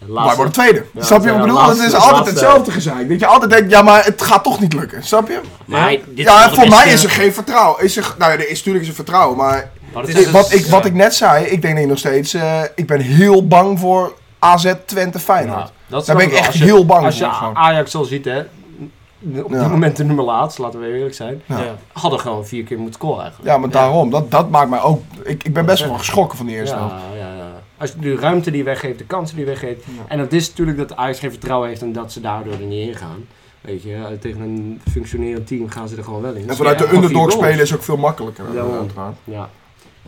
Speaker 3: maar
Speaker 2: Laatste-
Speaker 3: wij worden tweede.
Speaker 2: Ja,
Speaker 3: Snap je wat
Speaker 2: ja,
Speaker 3: ik bedoel?
Speaker 2: laatste-
Speaker 3: dat is altijd
Speaker 2: laatste.
Speaker 3: hetzelfde gezeik. Dat je altijd denkt, ja maar het gaat toch niet lukken. Snap je?
Speaker 2: Maar
Speaker 1: Ja.
Speaker 2: dit wel
Speaker 3: Ja,
Speaker 2: de
Speaker 3: voor
Speaker 2: beste-
Speaker 3: mij is er geen vertrouwen. Is er, nou ja, er is natuurlijk is er vertrouwen, maar
Speaker 2: Maar dat
Speaker 1: Het
Speaker 3: Ik-
Speaker 2: is-
Speaker 1: is-
Speaker 3: wat, ik, wat
Speaker 1: ja.
Speaker 3: ik net zei, ik denk dat je nog steeds. eh, ik ben heel bang voor AZ Twente
Speaker 2: Ja,
Speaker 3: Feyenoord.
Speaker 2: dat
Speaker 3: Daar
Speaker 2: snap
Speaker 3: ben ik
Speaker 2: wel.
Speaker 3: echt
Speaker 2: Als je-
Speaker 3: heel bang
Speaker 2: Als je
Speaker 3: voor. gewoon.
Speaker 2: Ajax al ziet, hè. Op dit
Speaker 3: Ja.
Speaker 2: moment de nummer laatst, laten we eerlijk zijn.
Speaker 3: Ja.
Speaker 1: Ja.
Speaker 2: Hadden gewoon vier keer moeten scoren eigenlijk.
Speaker 3: Ja, maar daarom. Dat, dat maakt mij ook. Ik, ik ben best wel geschrokken van die eerste helft.
Speaker 2: Ja, ja, ja. Als je de ruimte die weggeeft, de kansen die weggeeft.
Speaker 3: Ja.
Speaker 2: En dat is natuurlijk dat Ajax geen vertrouwen heeft en dat ze daardoor er niet in gaan. Weet je, eh, tegen een functionerend team gaan ze er gewoon wel in. Dus
Speaker 3: En vanuit
Speaker 2: Ja,
Speaker 3: de underdog
Speaker 2: vier goals.
Speaker 3: spelen is ook veel makkelijker. eh,
Speaker 2: Daarom.
Speaker 3: uiteraard.
Speaker 2: Ja.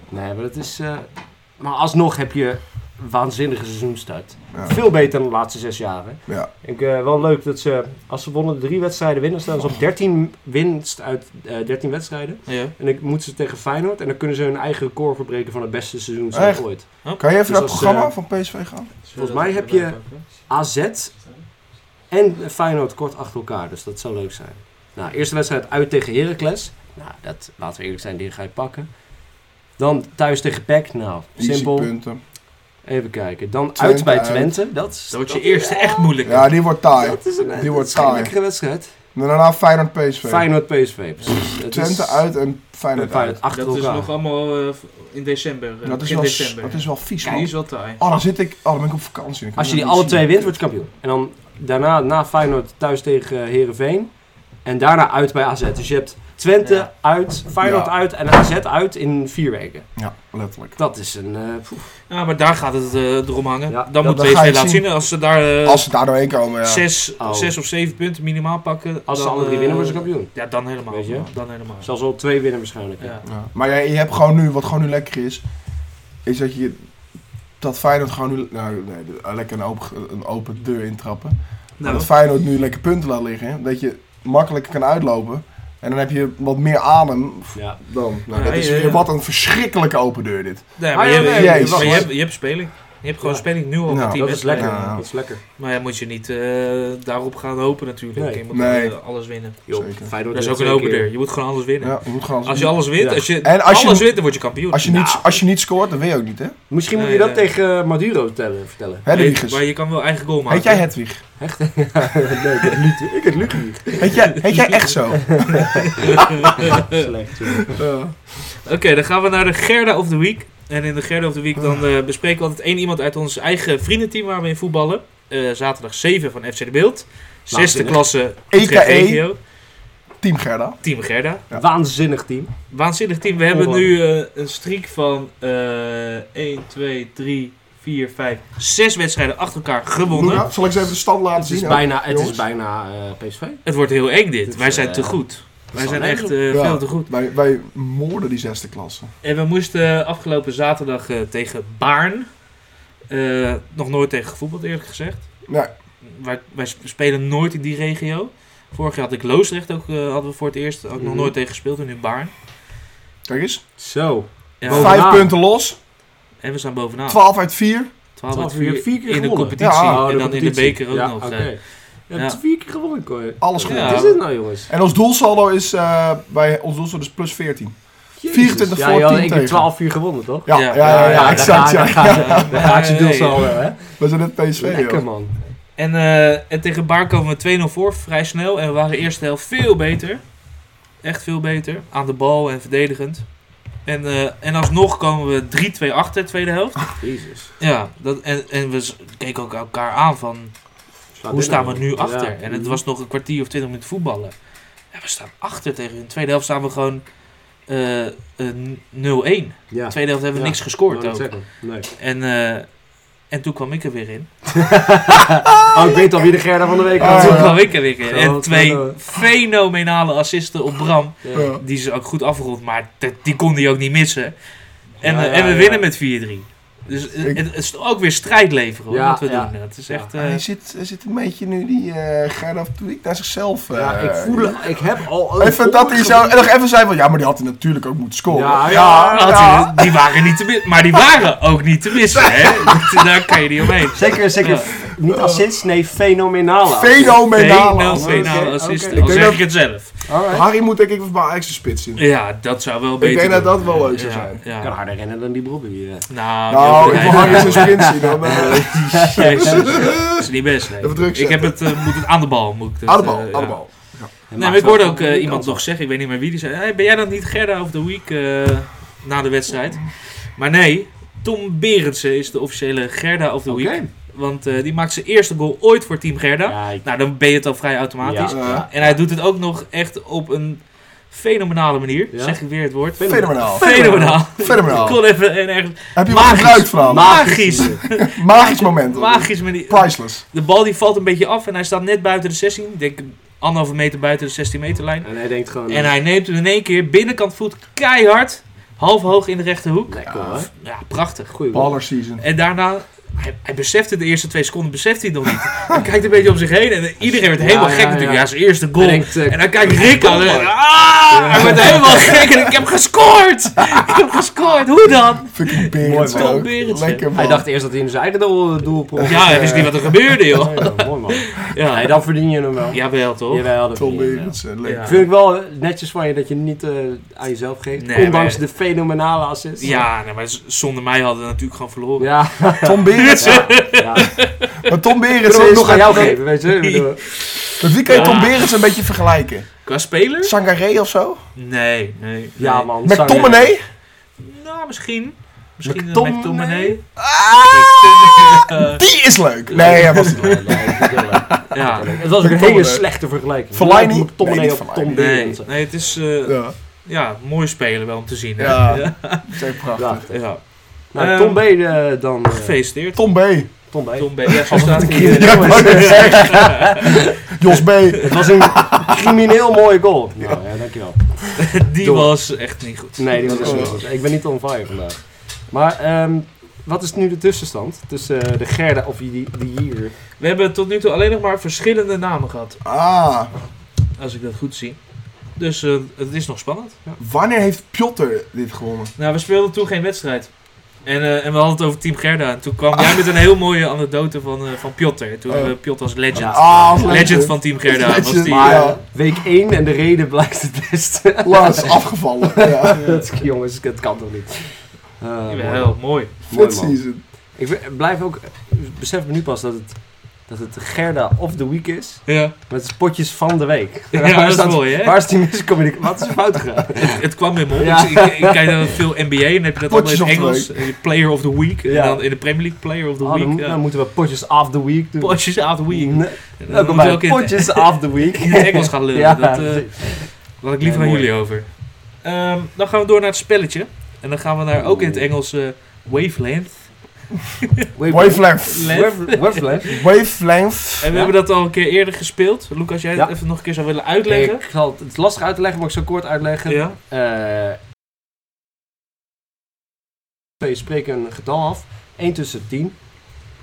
Speaker 2: Nee, maar dat is... eh, maar alsnog heb je een waanzinnige seizoenstart.
Speaker 3: Ja.
Speaker 2: Veel beter dan de laatste zes jaren.
Speaker 3: Ja.
Speaker 2: Ik, eh, wel leuk dat ze, als ze wonnen drie wedstrijden winnen, staan ze op 13 winst uit eh 13 wedstrijden.
Speaker 1: Ja.
Speaker 2: En dan moeten ze tegen Feyenoord en dan kunnen ze hun eigen record verbreken van het beste seizoenstart
Speaker 3: Echt?
Speaker 2: ooit.
Speaker 3: Kan je even
Speaker 2: Dus
Speaker 3: naar het
Speaker 2: als,
Speaker 3: programma
Speaker 2: eh,
Speaker 3: van PSV gaan?
Speaker 2: Volgens mij heb je- AZ en Feyenoord kort achter elkaar. Dus dat zou leuk zijn. Nou, eerste wedstrijd uit tegen Heracles. Nou, dat, laten we eerlijk zijn, die ga je pakken. Dan thuis tegen PEC. Nou,
Speaker 3: Easy
Speaker 2: simpel.
Speaker 3: punten.
Speaker 2: Even kijken. Dan
Speaker 3: Twente
Speaker 2: uit bij
Speaker 3: uit.
Speaker 2: Twente. Dat, is-
Speaker 1: Dat wordt je eerste echt moeilijk.
Speaker 3: Ja, die wordt taai.
Speaker 2: Dat is een,
Speaker 3: Die
Speaker 2: dat
Speaker 3: wordt
Speaker 2: is geen
Speaker 3: taai.
Speaker 2: lekkere wedstrijd.
Speaker 3: En Daarna Feyenoord PSV.
Speaker 2: Feyenoord PSV, precies. Het
Speaker 3: Twente
Speaker 2: is-
Speaker 3: uit en
Speaker 2: en
Speaker 3: Feyenoord uit.
Speaker 2: Feyenoord achter
Speaker 1: dat is
Speaker 2: elkaar.
Speaker 1: nog allemaal eh, in december. eh,
Speaker 3: Dat is
Speaker 1: begin
Speaker 3: wel,
Speaker 1: december.
Speaker 3: dat is wel vies,
Speaker 1: Die
Speaker 3: man.
Speaker 1: is wel taai.
Speaker 3: Oh, dan zit ik. Oh, dan ben ik op vakantie. Dan kan
Speaker 2: Als je
Speaker 3: ik
Speaker 2: die
Speaker 3: niet
Speaker 2: alle twee
Speaker 3: zien.
Speaker 2: wint, word je kampioen. En dan daarna na Feyenoord thuis tegen eh, Heerenveen. En daarna uit bij AZ. Dus je hebt Twente
Speaker 1: Ja.
Speaker 2: uit, Feyenoord
Speaker 3: Ja.
Speaker 2: uit en AZ uit in vier weken.
Speaker 3: Ja, letterlijk.
Speaker 2: Dat is een... eh, poef.
Speaker 1: Ja, maar daar gaat het eh, erom hangen.
Speaker 2: Ja,
Speaker 1: dan
Speaker 2: dat-
Speaker 1: moet
Speaker 3: dat ga
Speaker 1: PSV
Speaker 3: je
Speaker 1: laten
Speaker 3: zien.
Speaker 1: zien. Als ze daar eh,
Speaker 3: Als ze daar doorheen komen, ja.
Speaker 1: zes,
Speaker 2: Oh.
Speaker 1: zes of zeven punten minimaal pakken.
Speaker 2: als ze
Speaker 1: dan,
Speaker 2: alle drie
Speaker 1: eh,
Speaker 2: winnen, worden ze kampioen.
Speaker 1: Ja, dan helemaal.
Speaker 2: Weet je?
Speaker 1: Dan helemaal.
Speaker 2: Zelfs al twee winnen waarschijnlijk.
Speaker 1: Ja.
Speaker 3: Ja. Maar ja, je hebt gewoon nu, wat gewoon nu lekker is, is dat je dat Feyenoord gewoon nu nou, nee, de- lekker een open, een open deur intrappen. Maar
Speaker 1: Nou,
Speaker 3: dat Feyenoord nu lekker punten laat liggen, hè, dat je makkelijker kan uitlopen. En dan heb je wat meer adem
Speaker 2: Ja.
Speaker 3: dan. Nou,
Speaker 1: Ja,
Speaker 3: dat is
Speaker 1: ja, ja.
Speaker 3: weer wat een verschrikkelijke open deur dit.
Speaker 1: nee, maar
Speaker 2: Ah,
Speaker 1: je,
Speaker 2: ja, nee,
Speaker 1: je-
Speaker 3: nee,
Speaker 1: je-
Speaker 3: wacht,
Speaker 1: je
Speaker 3: wacht.
Speaker 1: hebt, je hebt speling. Je hebt gewoon
Speaker 2: Ja.
Speaker 1: speling nu al
Speaker 3: Nou,
Speaker 1: met die
Speaker 2: Dat is
Speaker 1: wedstrijden.
Speaker 2: lekker.
Speaker 3: Ja.
Speaker 2: Dat is lekker.
Speaker 1: Maar ja, moet je niet eh, daarop gaan hopen natuurlijk.
Speaker 2: Nee.
Speaker 1: Je moet
Speaker 3: Nee.
Speaker 1: eh, alles winnen.
Speaker 2: Joh,
Speaker 3: Zeker.
Speaker 2: Feyenoord
Speaker 1: Dat is
Speaker 2: wint
Speaker 1: ook een
Speaker 2: twee
Speaker 1: open
Speaker 2: keer.
Speaker 1: deur. Je moet gewoon alles winnen.
Speaker 3: Ja, je moet gewoon
Speaker 1: Als je alles wint,
Speaker 2: Ja.
Speaker 1: als je,
Speaker 3: En als je-
Speaker 1: alles wint, dan word je kampioen.
Speaker 3: als je,
Speaker 1: Nou,
Speaker 3: niet, als je niet scoort, dan wil je ook niet, hè?
Speaker 2: Misschien moet
Speaker 1: Nee,
Speaker 2: je dat
Speaker 1: nee.
Speaker 2: tegen eh, Maduro vertellen. vertellen.
Speaker 1: weet-
Speaker 3: Hedwiges.
Speaker 1: maar je kan wel eigen goal maken.
Speaker 3: Heet jij Hedwig?
Speaker 2: Echt? nee, ik heb Luc- ik heb Luc niet.
Speaker 3: Heet jij, heet jij echt zo?
Speaker 2: Slecht. joh.
Speaker 3: Ja.
Speaker 1: Oké, dan gaan we naar de Gerda of the Week. En in de Gerda of the Week dan eh, bespreken we altijd één iemand uit ons eigen vriendenteam waar we in voetballen. Eh, zaterdag 7 van FC De Beeld. Zesde
Speaker 2: Waanzinnig.
Speaker 1: klasse
Speaker 3: EKE.
Speaker 1: Utrecht regio.
Speaker 3: Team Gerda.
Speaker 1: Team Gerda.
Speaker 3: Ja.
Speaker 2: Waanzinnig team.
Speaker 1: Waanzinnig team. We hebben
Speaker 2: Oh,
Speaker 1: nu eh, een streak van eh 1, 2, 3, 4, 5, 6 wedstrijden achter elkaar gewonnen.
Speaker 3: Luca, zal ik eens even de stand laten
Speaker 2: Het is
Speaker 3: zien?
Speaker 2: bijna, het is
Speaker 3: jongens.
Speaker 2: bijna eh, PSV.
Speaker 1: Het wordt heel eng dit.
Speaker 2: Dus,
Speaker 1: Wij zijn
Speaker 2: eh,
Speaker 1: te goed. Wij
Speaker 2: is
Speaker 1: zijn
Speaker 2: wel
Speaker 1: echt
Speaker 2: leuk.
Speaker 1: eh,
Speaker 3: Ja.
Speaker 1: veel te goed.
Speaker 3: Wij, wij moorden die zesde klasse.
Speaker 1: En we moesten afgelopen zaterdag eh, tegen Baarn. Eh, nog nooit tegen gevoetbald, eerlijk gezegd.
Speaker 3: Nee.
Speaker 1: Wij, wij sp- spelen nooit in die regio. Vorig jaar had ik Loosrecht ook, eh, hadden we voor het eerst. Had ik nog
Speaker 2: Mhm.
Speaker 1: nooit tegen gespeeld en nu Baarn.
Speaker 3: Kijk eens.
Speaker 2: Zo.
Speaker 1: Ja, Ah.
Speaker 2: Bovenaan.
Speaker 3: Vijf punten los.
Speaker 1: en we staan bovenaan.
Speaker 3: 12 uit 4.
Speaker 1: 12
Speaker 2: Twaalf
Speaker 1: uit
Speaker 2: uur,
Speaker 1: 4
Speaker 2: vier
Speaker 1: in
Speaker 2: keer
Speaker 1: de
Speaker 2: gewonnen.
Speaker 1: competitie
Speaker 3: Ja,
Speaker 2: Oh,
Speaker 1: en dan in de
Speaker 2: competitie.
Speaker 1: beker ook
Speaker 2: ja,
Speaker 1: nog.
Speaker 2: oké.
Speaker 1: eh.
Speaker 2: Je
Speaker 1: Ja.
Speaker 2: hebt vier keer gewonnen, Kooi.
Speaker 3: Alles goed.
Speaker 1: Ja.
Speaker 2: Wat is dit nou, jongens?
Speaker 3: En ons doelsaldo is eh, bij ons doelsaldo is plus 14. 24
Speaker 2: ja,
Speaker 3: voor,
Speaker 2: joh,
Speaker 3: 10
Speaker 2: ik
Speaker 3: tegen.
Speaker 2: heb 12 uur gewonnen, toch?
Speaker 3: Ja, ja,
Speaker 1: Ja.
Speaker 3: ja, ja,
Speaker 1: Ja,
Speaker 3: exact.
Speaker 2: Daar,
Speaker 3: Ja.
Speaker 2: gaat- daar, gaat-
Speaker 1: Ja.
Speaker 2: daar gaat je
Speaker 1: Nee,
Speaker 2: doelsaldo, hè?
Speaker 3: We zijn net PSV.
Speaker 2: Lekker,
Speaker 3: joh.
Speaker 2: man.
Speaker 1: En, eh, en tegen Baar komen we 2-0 voor, vrij snel. En we waren de eerste helft veel beter. Echt veel beter. Aan de bal en verdedigend. En, eh, en alsnog komen we 3-2 achter de tweede helft.
Speaker 2: Jezus.
Speaker 1: Ja, dat, en, en we s- keken ook elkaar aan van
Speaker 2: Slaat
Speaker 1: hoe
Speaker 2: dit
Speaker 1: staan we
Speaker 2: nou?
Speaker 1: nu
Speaker 2: Ja.
Speaker 1: achter? En het was nog een kwartier of twintig minuten voetballen. Ja, we staan achter tegen hun. In de tweede helft staan we gewoon eh, eh, 0-1. In
Speaker 2: Ja.
Speaker 1: de tweede helft hebben we
Speaker 2: Ja.
Speaker 1: niks gescoord
Speaker 2: Wou ik
Speaker 1: ook.
Speaker 2: zeggen. Nee.
Speaker 1: En, eh, en toen kwam ik er weer in.
Speaker 2: Oh, ik weet al wie de Gerda van de week
Speaker 3: Ah,
Speaker 2: was.
Speaker 1: toen
Speaker 3: ja.
Speaker 1: kwam ik er weer in. En
Speaker 2: Grote-
Speaker 1: twee fenomenale assisten op Bram.
Speaker 2: Ja.
Speaker 3: Ja.
Speaker 1: Die ze ook goed afgerond, maar dat- die kon hij ook niet missen. En,
Speaker 2: Ja,
Speaker 1: eh,
Speaker 2: ja,
Speaker 1: en we
Speaker 2: ja.
Speaker 1: winnen met 4-3. Dus eh,
Speaker 3: Ik-
Speaker 1: het, het is ook weer strijd leveren hoor,
Speaker 2: Ja,
Speaker 1: wat we
Speaker 2: ja.
Speaker 1: doen. Het is
Speaker 2: Ja.
Speaker 1: echt... eh,
Speaker 3: Hij zit, hij zit een beetje nu die eh Gerard Puig naar zichzelf. eh,
Speaker 2: Ja, ik voel Ik heb al... een
Speaker 3: Even dat hij zo. En nog even zei van ja, maar die had hij natuurlijk ook moeten scoren.
Speaker 2: Ja, ja.
Speaker 1: Had hij- Die waren niet te missen. Maar die waren ook niet te missen, hè? Want Daar kan je niet omheen.
Speaker 2: Zeker, zeker.
Speaker 1: Ja.
Speaker 2: f- Niet assist, nee, fenomenale.
Speaker 3: Fenomenaal.
Speaker 2: assist.
Speaker 1: Fenomenale
Speaker 2: Oké,
Speaker 1: assist.
Speaker 2: oké.
Speaker 1: Al
Speaker 3: Ik denk
Speaker 1: zeg
Speaker 3: dat-
Speaker 1: ik het zelf.
Speaker 2: Alright.
Speaker 3: Harry moet denk ik even bij Ajax de spits in.
Speaker 1: Ja, dat zou wel beter
Speaker 3: denk dat
Speaker 1: kunnen.
Speaker 3: dat wel leuk zou
Speaker 1: Ja,
Speaker 3: zijn.
Speaker 1: ja.
Speaker 2: Ik kan harder rennen dan die Bobby. eh.
Speaker 1: Nou,
Speaker 3: Nou, ik
Speaker 1: nee,
Speaker 3: wil
Speaker 1: nee,
Speaker 3: Harry
Speaker 1: nee.
Speaker 3: zijn sprint zien. Dan, eh,
Speaker 1: Jezus, Dat is niet best, nee.
Speaker 3: Even druk
Speaker 1: Ik heb
Speaker 3: zetten.
Speaker 1: het, eh, moet het aan de bal. Moet ik het,
Speaker 3: aan de
Speaker 1: eh,
Speaker 3: bal,
Speaker 1: ja.
Speaker 3: aan de bal.
Speaker 2: Hij
Speaker 1: Nee,
Speaker 2: maakt
Speaker 1: maar ik hoorde
Speaker 2: wel
Speaker 1: ook
Speaker 2: een
Speaker 1: eh,
Speaker 2: goede
Speaker 1: iemand
Speaker 2: kans
Speaker 1: nog
Speaker 2: af.
Speaker 1: zeggen, ik weet niet meer wie, die zei... Hey, ben jij dan niet Gerda of the Week eh, na de wedstrijd? Maar nee, Tom Berendsen is de officiële Gerda of the
Speaker 2: Oké.
Speaker 1: Week. Want eh, die maakt zijn eerste goal ooit voor Team Gerda.
Speaker 2: Ja, ik-
Speaker 1: Nou, dan ben je het al vrij automatisch.
Speaker 2: Ja.
Speaker 3: Eh,
Speaker 1: En hij doet het ook nog echt op een fenomenale manier.
Speaker 2: Ja?
Speaker 1: Zeg ik weer het woord.
Speaker 3: Eh, Fenomenaal.
Speaker 1: Fenomenaal. Ik
Speaker 3: Fenomenaal.
Speaker 1: kon even een erg
Speaker 3: Heb je wat
Speaker 1: Magisch.
Speaker 3: gebruikt van?
Speaker 1: magisch,
Speaker 3: Magisch moment.
Speaker 1: magisch manier.
Speaker 3: Priceless.
Speaker 1: De bal die valt een beetje af en hij staat net buiten de 16. Ik denk anderhalve meter buiten de 16 meterlijn.
Speaker 2: En hij denkt gewoon...
Speaker 1: En hij neemt hem in één keer binnenkant voet keihard. Half hoog in de rechterhoek.
Speaker 2: Lekker hoor.
Speaker 1: Ja, prachtig.
Speaker 2: Goeie bal.
Speaker 3: Baller season.
Speaker 1: En daarna, hij, hij besefte de eerste twee seconden, beseft hij het nog niet. Hij kijkt een beetje om zich heen en iedereen werd
Speaker 2: Ja,
Speaker 1: helemaal
Speaker 2: ja,
Speaker 1: gek natuurlijk.
Speaker 2: ja.
Speaker 1: Ja, zijn eerste
Speaker 2: Hij
Speaker 1: goal.
Speaker 2: denkt, eh,
Speaker 1: En dan kijkt Rick aan en ah, hij wordt helemaal gek en ik heb gescoord! Ik heb gescoord, hoe dan?
Speaker 3: Fucking Berends
Speaker 2: Mooi, man.
Speaker 3: ook.
Speaker 1: Berendsen.
Speaker 3: Lekker man.
Speaker 2: Hij dacht eerst dat hij in zijn eigen doel, doel propt.
Speaker 1: Ja, hij wist niet wat er gebeurde, joh.
Speaker 2: Ja, mooi man. Nee,
Speaker 1: Ja,
Speaker 2: dan verdien je hem wel.
Speaker 1: jawel toch?
Speaker 2: Jawel, dat
Speaker 3: Tom
Speaker 2: verdien je hem wel.
Speaker 3: Berendsen. Lekker.
Speaker 1: Ja.
Speaker 2: Vind ik wel netjes van je dat je niet eh, aan jezelf geeft.
Speaker 1: Nee,
Speaker 2: ondanks
Speaker 1: maar-
Speaker 2: de fenomenale assist.
Speaker 1: Ja, nee, maar z- zonder mij hadden we natuurlijk gewoon verloren.
Speaker 2: Ja.
Speaker 3: Tom Berendsen.
Speaker 2: ja. ja.
Speaker 3: Maar
Speaker 2: Kunnen
Speaker 3: Tom
Speaker 2: we
Speaker 3: Berendsen
Speaker 2: het
Speaker 3: is...
Speaker 2: nog aan jou
Speaker 3: met-
Speaker 2: geven, weet je? Ik bedoel-
Speaker 3: Met wie kan je Tom
Speaker 1: Ja.
Speaker 3: Berendsen een beetje vergelijken?
Speaker 1: Qua speler?
Speaker 3: Sangaré of zo?
Speaker 1: Nee, nee.
Speaker 2: Ja
Speaker 1: nee.
Speaker 2: man.
Speaker 3: Met Tom en E?
Speaker 1: Nou, misschien. Misschien
Speaker 2: McTominay?
Speaker 1: een McTominay. Eh,
Speaker 3: Ah! Die is leuk. Nee, hij was niet leuk.
Speaker 1: Ja,
Speaker 2: Ah. Het was ook een hele slechte vergelijking.
Speaker 3: Verlaine?
Speaker 2: Tom en
Speaker 3: Nee, niet
Speaker 2: op
Speaker 3: Verlaine.
Speaker 2: Tom
Speaker 1: nee,
Speaker 2: Berendsen.
Speaker 1: nee, het is eh,
Speaker 3: Ja,
Speaker 1: ja, mooi spelen wel om te zien. hè.
Speaker 3: Ja.
Speaker 1: ja.
Speaker 3: dat is echt prachtig.
Speaker 2: Ja.
Speaker 1: ja.
Speaker 2: Nou, Tom B eh, dan. eh,
Speaker 1: Gefeliciteerd.
Speaker 3: Tom B.
Speaker 2: Tom B.
Speaker 1: Tom B. Ja, zo staat hij.
Speaker 2: Ja,
Speaker 3: Ja, ik wou net zeggen. Jos B.
Speaker 2: Het was een crimineel mooie goal. Nou ja, dankjewel.
Speaker 1: Die
Speaker 2: Door.
Speaker 1: was echt niet goed.
Speaker 2: Nee, die was echt
Speaker 3: Oh.
Speaker 2: niet goed. Ik ben niet on fire vandaag. Maar ehm, wat is nu de tussenstand tussen eh, de Gerda of die, die hier?
Speaker 1: We hebben tot nu toe alleen nog maar verschillende namen gehad,
Speaker 3: Ah,
Speaker 1: als ik dat goed zie. Dus eh, het is nog spannend.
Speaker 3: wanneer heeft Piotr dit gewonnen?
Speaker 1: Nou, we speelden toen geen wedstrijd. En, eh, en we hadden het over Team Gerda. En toen kwam jij met een heel mooie anekdote van, eh van Piotr. Toen
Speaker 3: Oh.
Speaker 1: hebben we Piotr als legend.
Speaker 3: Ah, als legend.
Speaker 1: legend van Team Gerda. Was
Speaker 3: Legend.
Speaker 1: die,
Speaker 2: Maar
Speaker 1: eh,
Speaker 3: Ja.
Speaker 2: week 1 en de reden blijkt het beste.
Speaker 3: Lars, afgevallen. Ja,
Speaker 2: Dat is- Jongens, het kan toch niet? Eh, mooi man.
Speaker 1: Jawel, mooi.
Speaker 2: Mooi
Speaker 3: vet
Speaker 2: man.
Speaker 3: season.
Speaker 2: Ik be- blijf ook, ik besef me nu pas dat het, dat het de Gerda of the Week is.
Speaker 1: Ja,
Speaker 2: Met het is potjes van de week.
Speaker 1: ja dat is
Speaker 2: staat-
Speaker 1: mooi, hè?
Speaker 2: Waar is die miscommunicatie? Wat is er fout gegaan?
Speaker 1: Het, het kwam in me op.
Speaker 2: Ja.
Speaker 1: Ik, ik, ik kijk dan veel NBA en dan heb je dat allemaal
Speaker 3: Potjes
Speaker 1: in het
Speaker 3: of
Speaker 1: Engels.
Speaker 3: the
Speaker 1: eh, Player of the Week.
Speaker 2: Ja.
Speaker 1: En dan in de Premier League Player of the
Speaker 2: Oh, dan,
Speaker 1: Week.
Speaker 2: mo- dan moeten we potjes of the week doen.
Speaker 1: Potjes of the Week.
Speaker 2: Nee,
Speaker 1: En dan
Speaker 2: Welkom
Speaker 1: moet je
Speaker 2: bij
Speaker 1: ook in het-
Speaker 2: potjes of the week.
Speaker 1: in het Engels gaan lullen.
Speaker 2: Ja,
Speaker 1: Dat, eh, Laat ik liever
Speaker 2: Nee,
Speaker 1: aan
Speaker 2: mooi.
Speaker 1: jullie over. Ehm, dan gaan we door naar het spelletje. En dan gaan we naar, ook in het Engels, eh, wavelength.
Speaker 3: Wavelength.
Speaker 1: Length.
Speaker 2: Wave- Wavelength.
Speaker 3: Wavelength.
Speaker 1: En we
Speaker 2: Ja.
Speaker 1: hebben dat al een keer eerder gespeeld. Lucas, jij
Speaker 2: Ja.
Speaker 1: het even nog een keer zou willen uitleggen.
Speaker 2: Ik zal het, het is lastig uit te leggen, maar ik zal kort uitleggen.
Speaker 1: Ja.
Speaker 2: Eh, twee spreken een getal af. 1 tussen 10.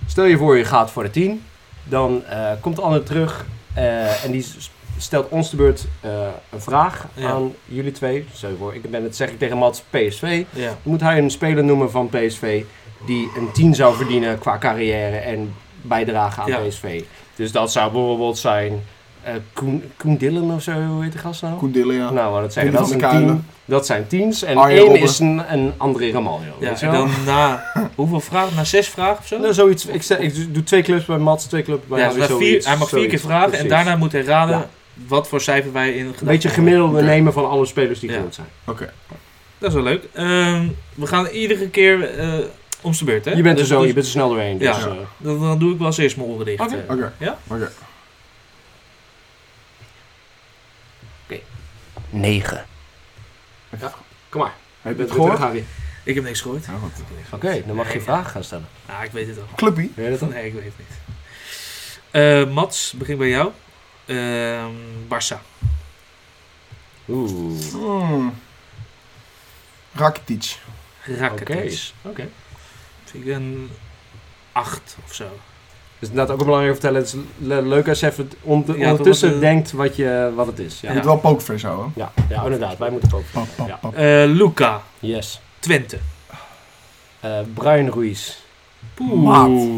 Speaker 2: Stel je voor je gaat voor de 10. Dan eh, komt de ander terug eh, en die s- stelt ons de beurt eh, een vraag
Speaker 1: Ja.
Speaker 2: aan jullie twee. Zo voor, ik ben het zeg ik tegen Mats PSV.
Speaker 1: Ja.
Speaker 2: Dan moet hij een speler noemen van PSV die een 10 zou verdienen qua carrière en bijdrage aan
Speaker 1: Ja.
Speaker 2: PSV. Dus dat zou bijvoorbeeld zijn eh Koen, Koen Dillen of zo, hoe heet de gast nou?
Speaker 3: Koen Dillen, ja.
Speaker 2: Nou, maar dat zijn,
Speaker 3: Koen
Speaker 2: dat
Speaker 3: van
Speaker 2: zijn,
Speaker 3: der
Speaker 2: team,
Speaker 3: Kuilen.
Speaker 2: dat zijn teams en
Speaker 3: Arjen
Speaker 2: één
Speaker 3: Robben.
Speaker 2: is een, een André Ramaljo.
Speaker 1: Ja,
Speaker 2: weet je
Speaker 1: en
Speaker 2: wel?
Speaker 1: dan na hoeveel vragen? Na zes vragen of zo?
Speaker 2: Nou, zoiets, ik, stel- ik doe twee clubs bij Mats, twee clubs bij
Speaker 1: ja,
Speaker 2: Harry,
Speaker 1: dus hij,
Speaker 2: zoiets,
Speaker 1: vier, hij mag vier keer
Speaker 2: zoiets.
Speaker 1: vragen en
Speaker 2: Precies.
Speaker 1: daarna moet hij raden
Speaker 2: Ja.
Speaker 1: wat voor cijfer wij in gedachten
Speaker 2: Een beetje
Speaker 1: hebben.
Speaker 2: gemiddelde
Speaker 3: Oké.
Speaker 2: nemen van alle spelers die
Speaker 1: Ja.
Speaker 2: genoemd zijn.
Speaker 1: Dat is wel leuk. Ehm, we gaan iedere keer eh om zijn beurt, hè?
Speaker 2: Je bent er
Speaker 1: Dus-
Speaker 2: zo,
Speaker 1: dus
Speaker 2: je bent er snel doorheen. Dus,
Speaker 1: Ja.
Speaker 2: eh,
Speaker 1: Dan, dan doe ik wel eens eerst mijn oren dicht.
Speaker 2: Oké.
Speaker 1: eh.
Speaker 3: Oké.
Speaker 1: Ja?
Speaker 3: Oké.
Speaker 2: Negen. Ja, kom maar.
Speaker 3: Heb je
Speaker 2: bent
Speaker 3: het gehoord?
Speaker 2: terug, Harry.
Speaker 1: Ik heb niks gehoord.
Speaker 3: Ja,
Speaker 2: Oh,
Speaker 3: goed.
Speaker 2: Oké, dan mag je vragen gaan stellen.
Speaker 1: Ah, ik weet het al.
Speaker 3: Clubpie.
Speaker 2: Weet je dat dan?
Speaker 1: Nee, ik weet het niet. Eh, Mats, begin bij jou. Ehm Barça.
Speaker 2: Oeh.
Speaker 3: Mm. Rakitic.
Speaker 1: Rakitic.
Speaker 2: Oké. Oké.
Speaker 1: Vind ik een 8 of zo.
Speaker 2: Dus inderdaad ook belangrijk om te vertellen. Het is le- leuk als je even t- ont-
Speaker 1: Ja,
Speaker 2: ondertussen
Speaker 1: toch wat, eh,
Speaker 2: denkt wat, je, wat het is.
Speaker 3: Je
Speaker 2: Ja,
Speaker 1: Ja.
Speaker 3: moet wel pokerface houden.
Speaker 2: ja. ja inderdaad. Wij moeten ook.
Speaker 3: Pap, pap,
Speaker 2: Ja.
Speaker 3: pap.
Speaker 1: Eh, Luca.
Speaker 2: Yes.
Speaker 1: Twente.
Speaker 2: Eh Bruin Ruiz.
Speaker 1: Poeh.
Speaker 3: Maat.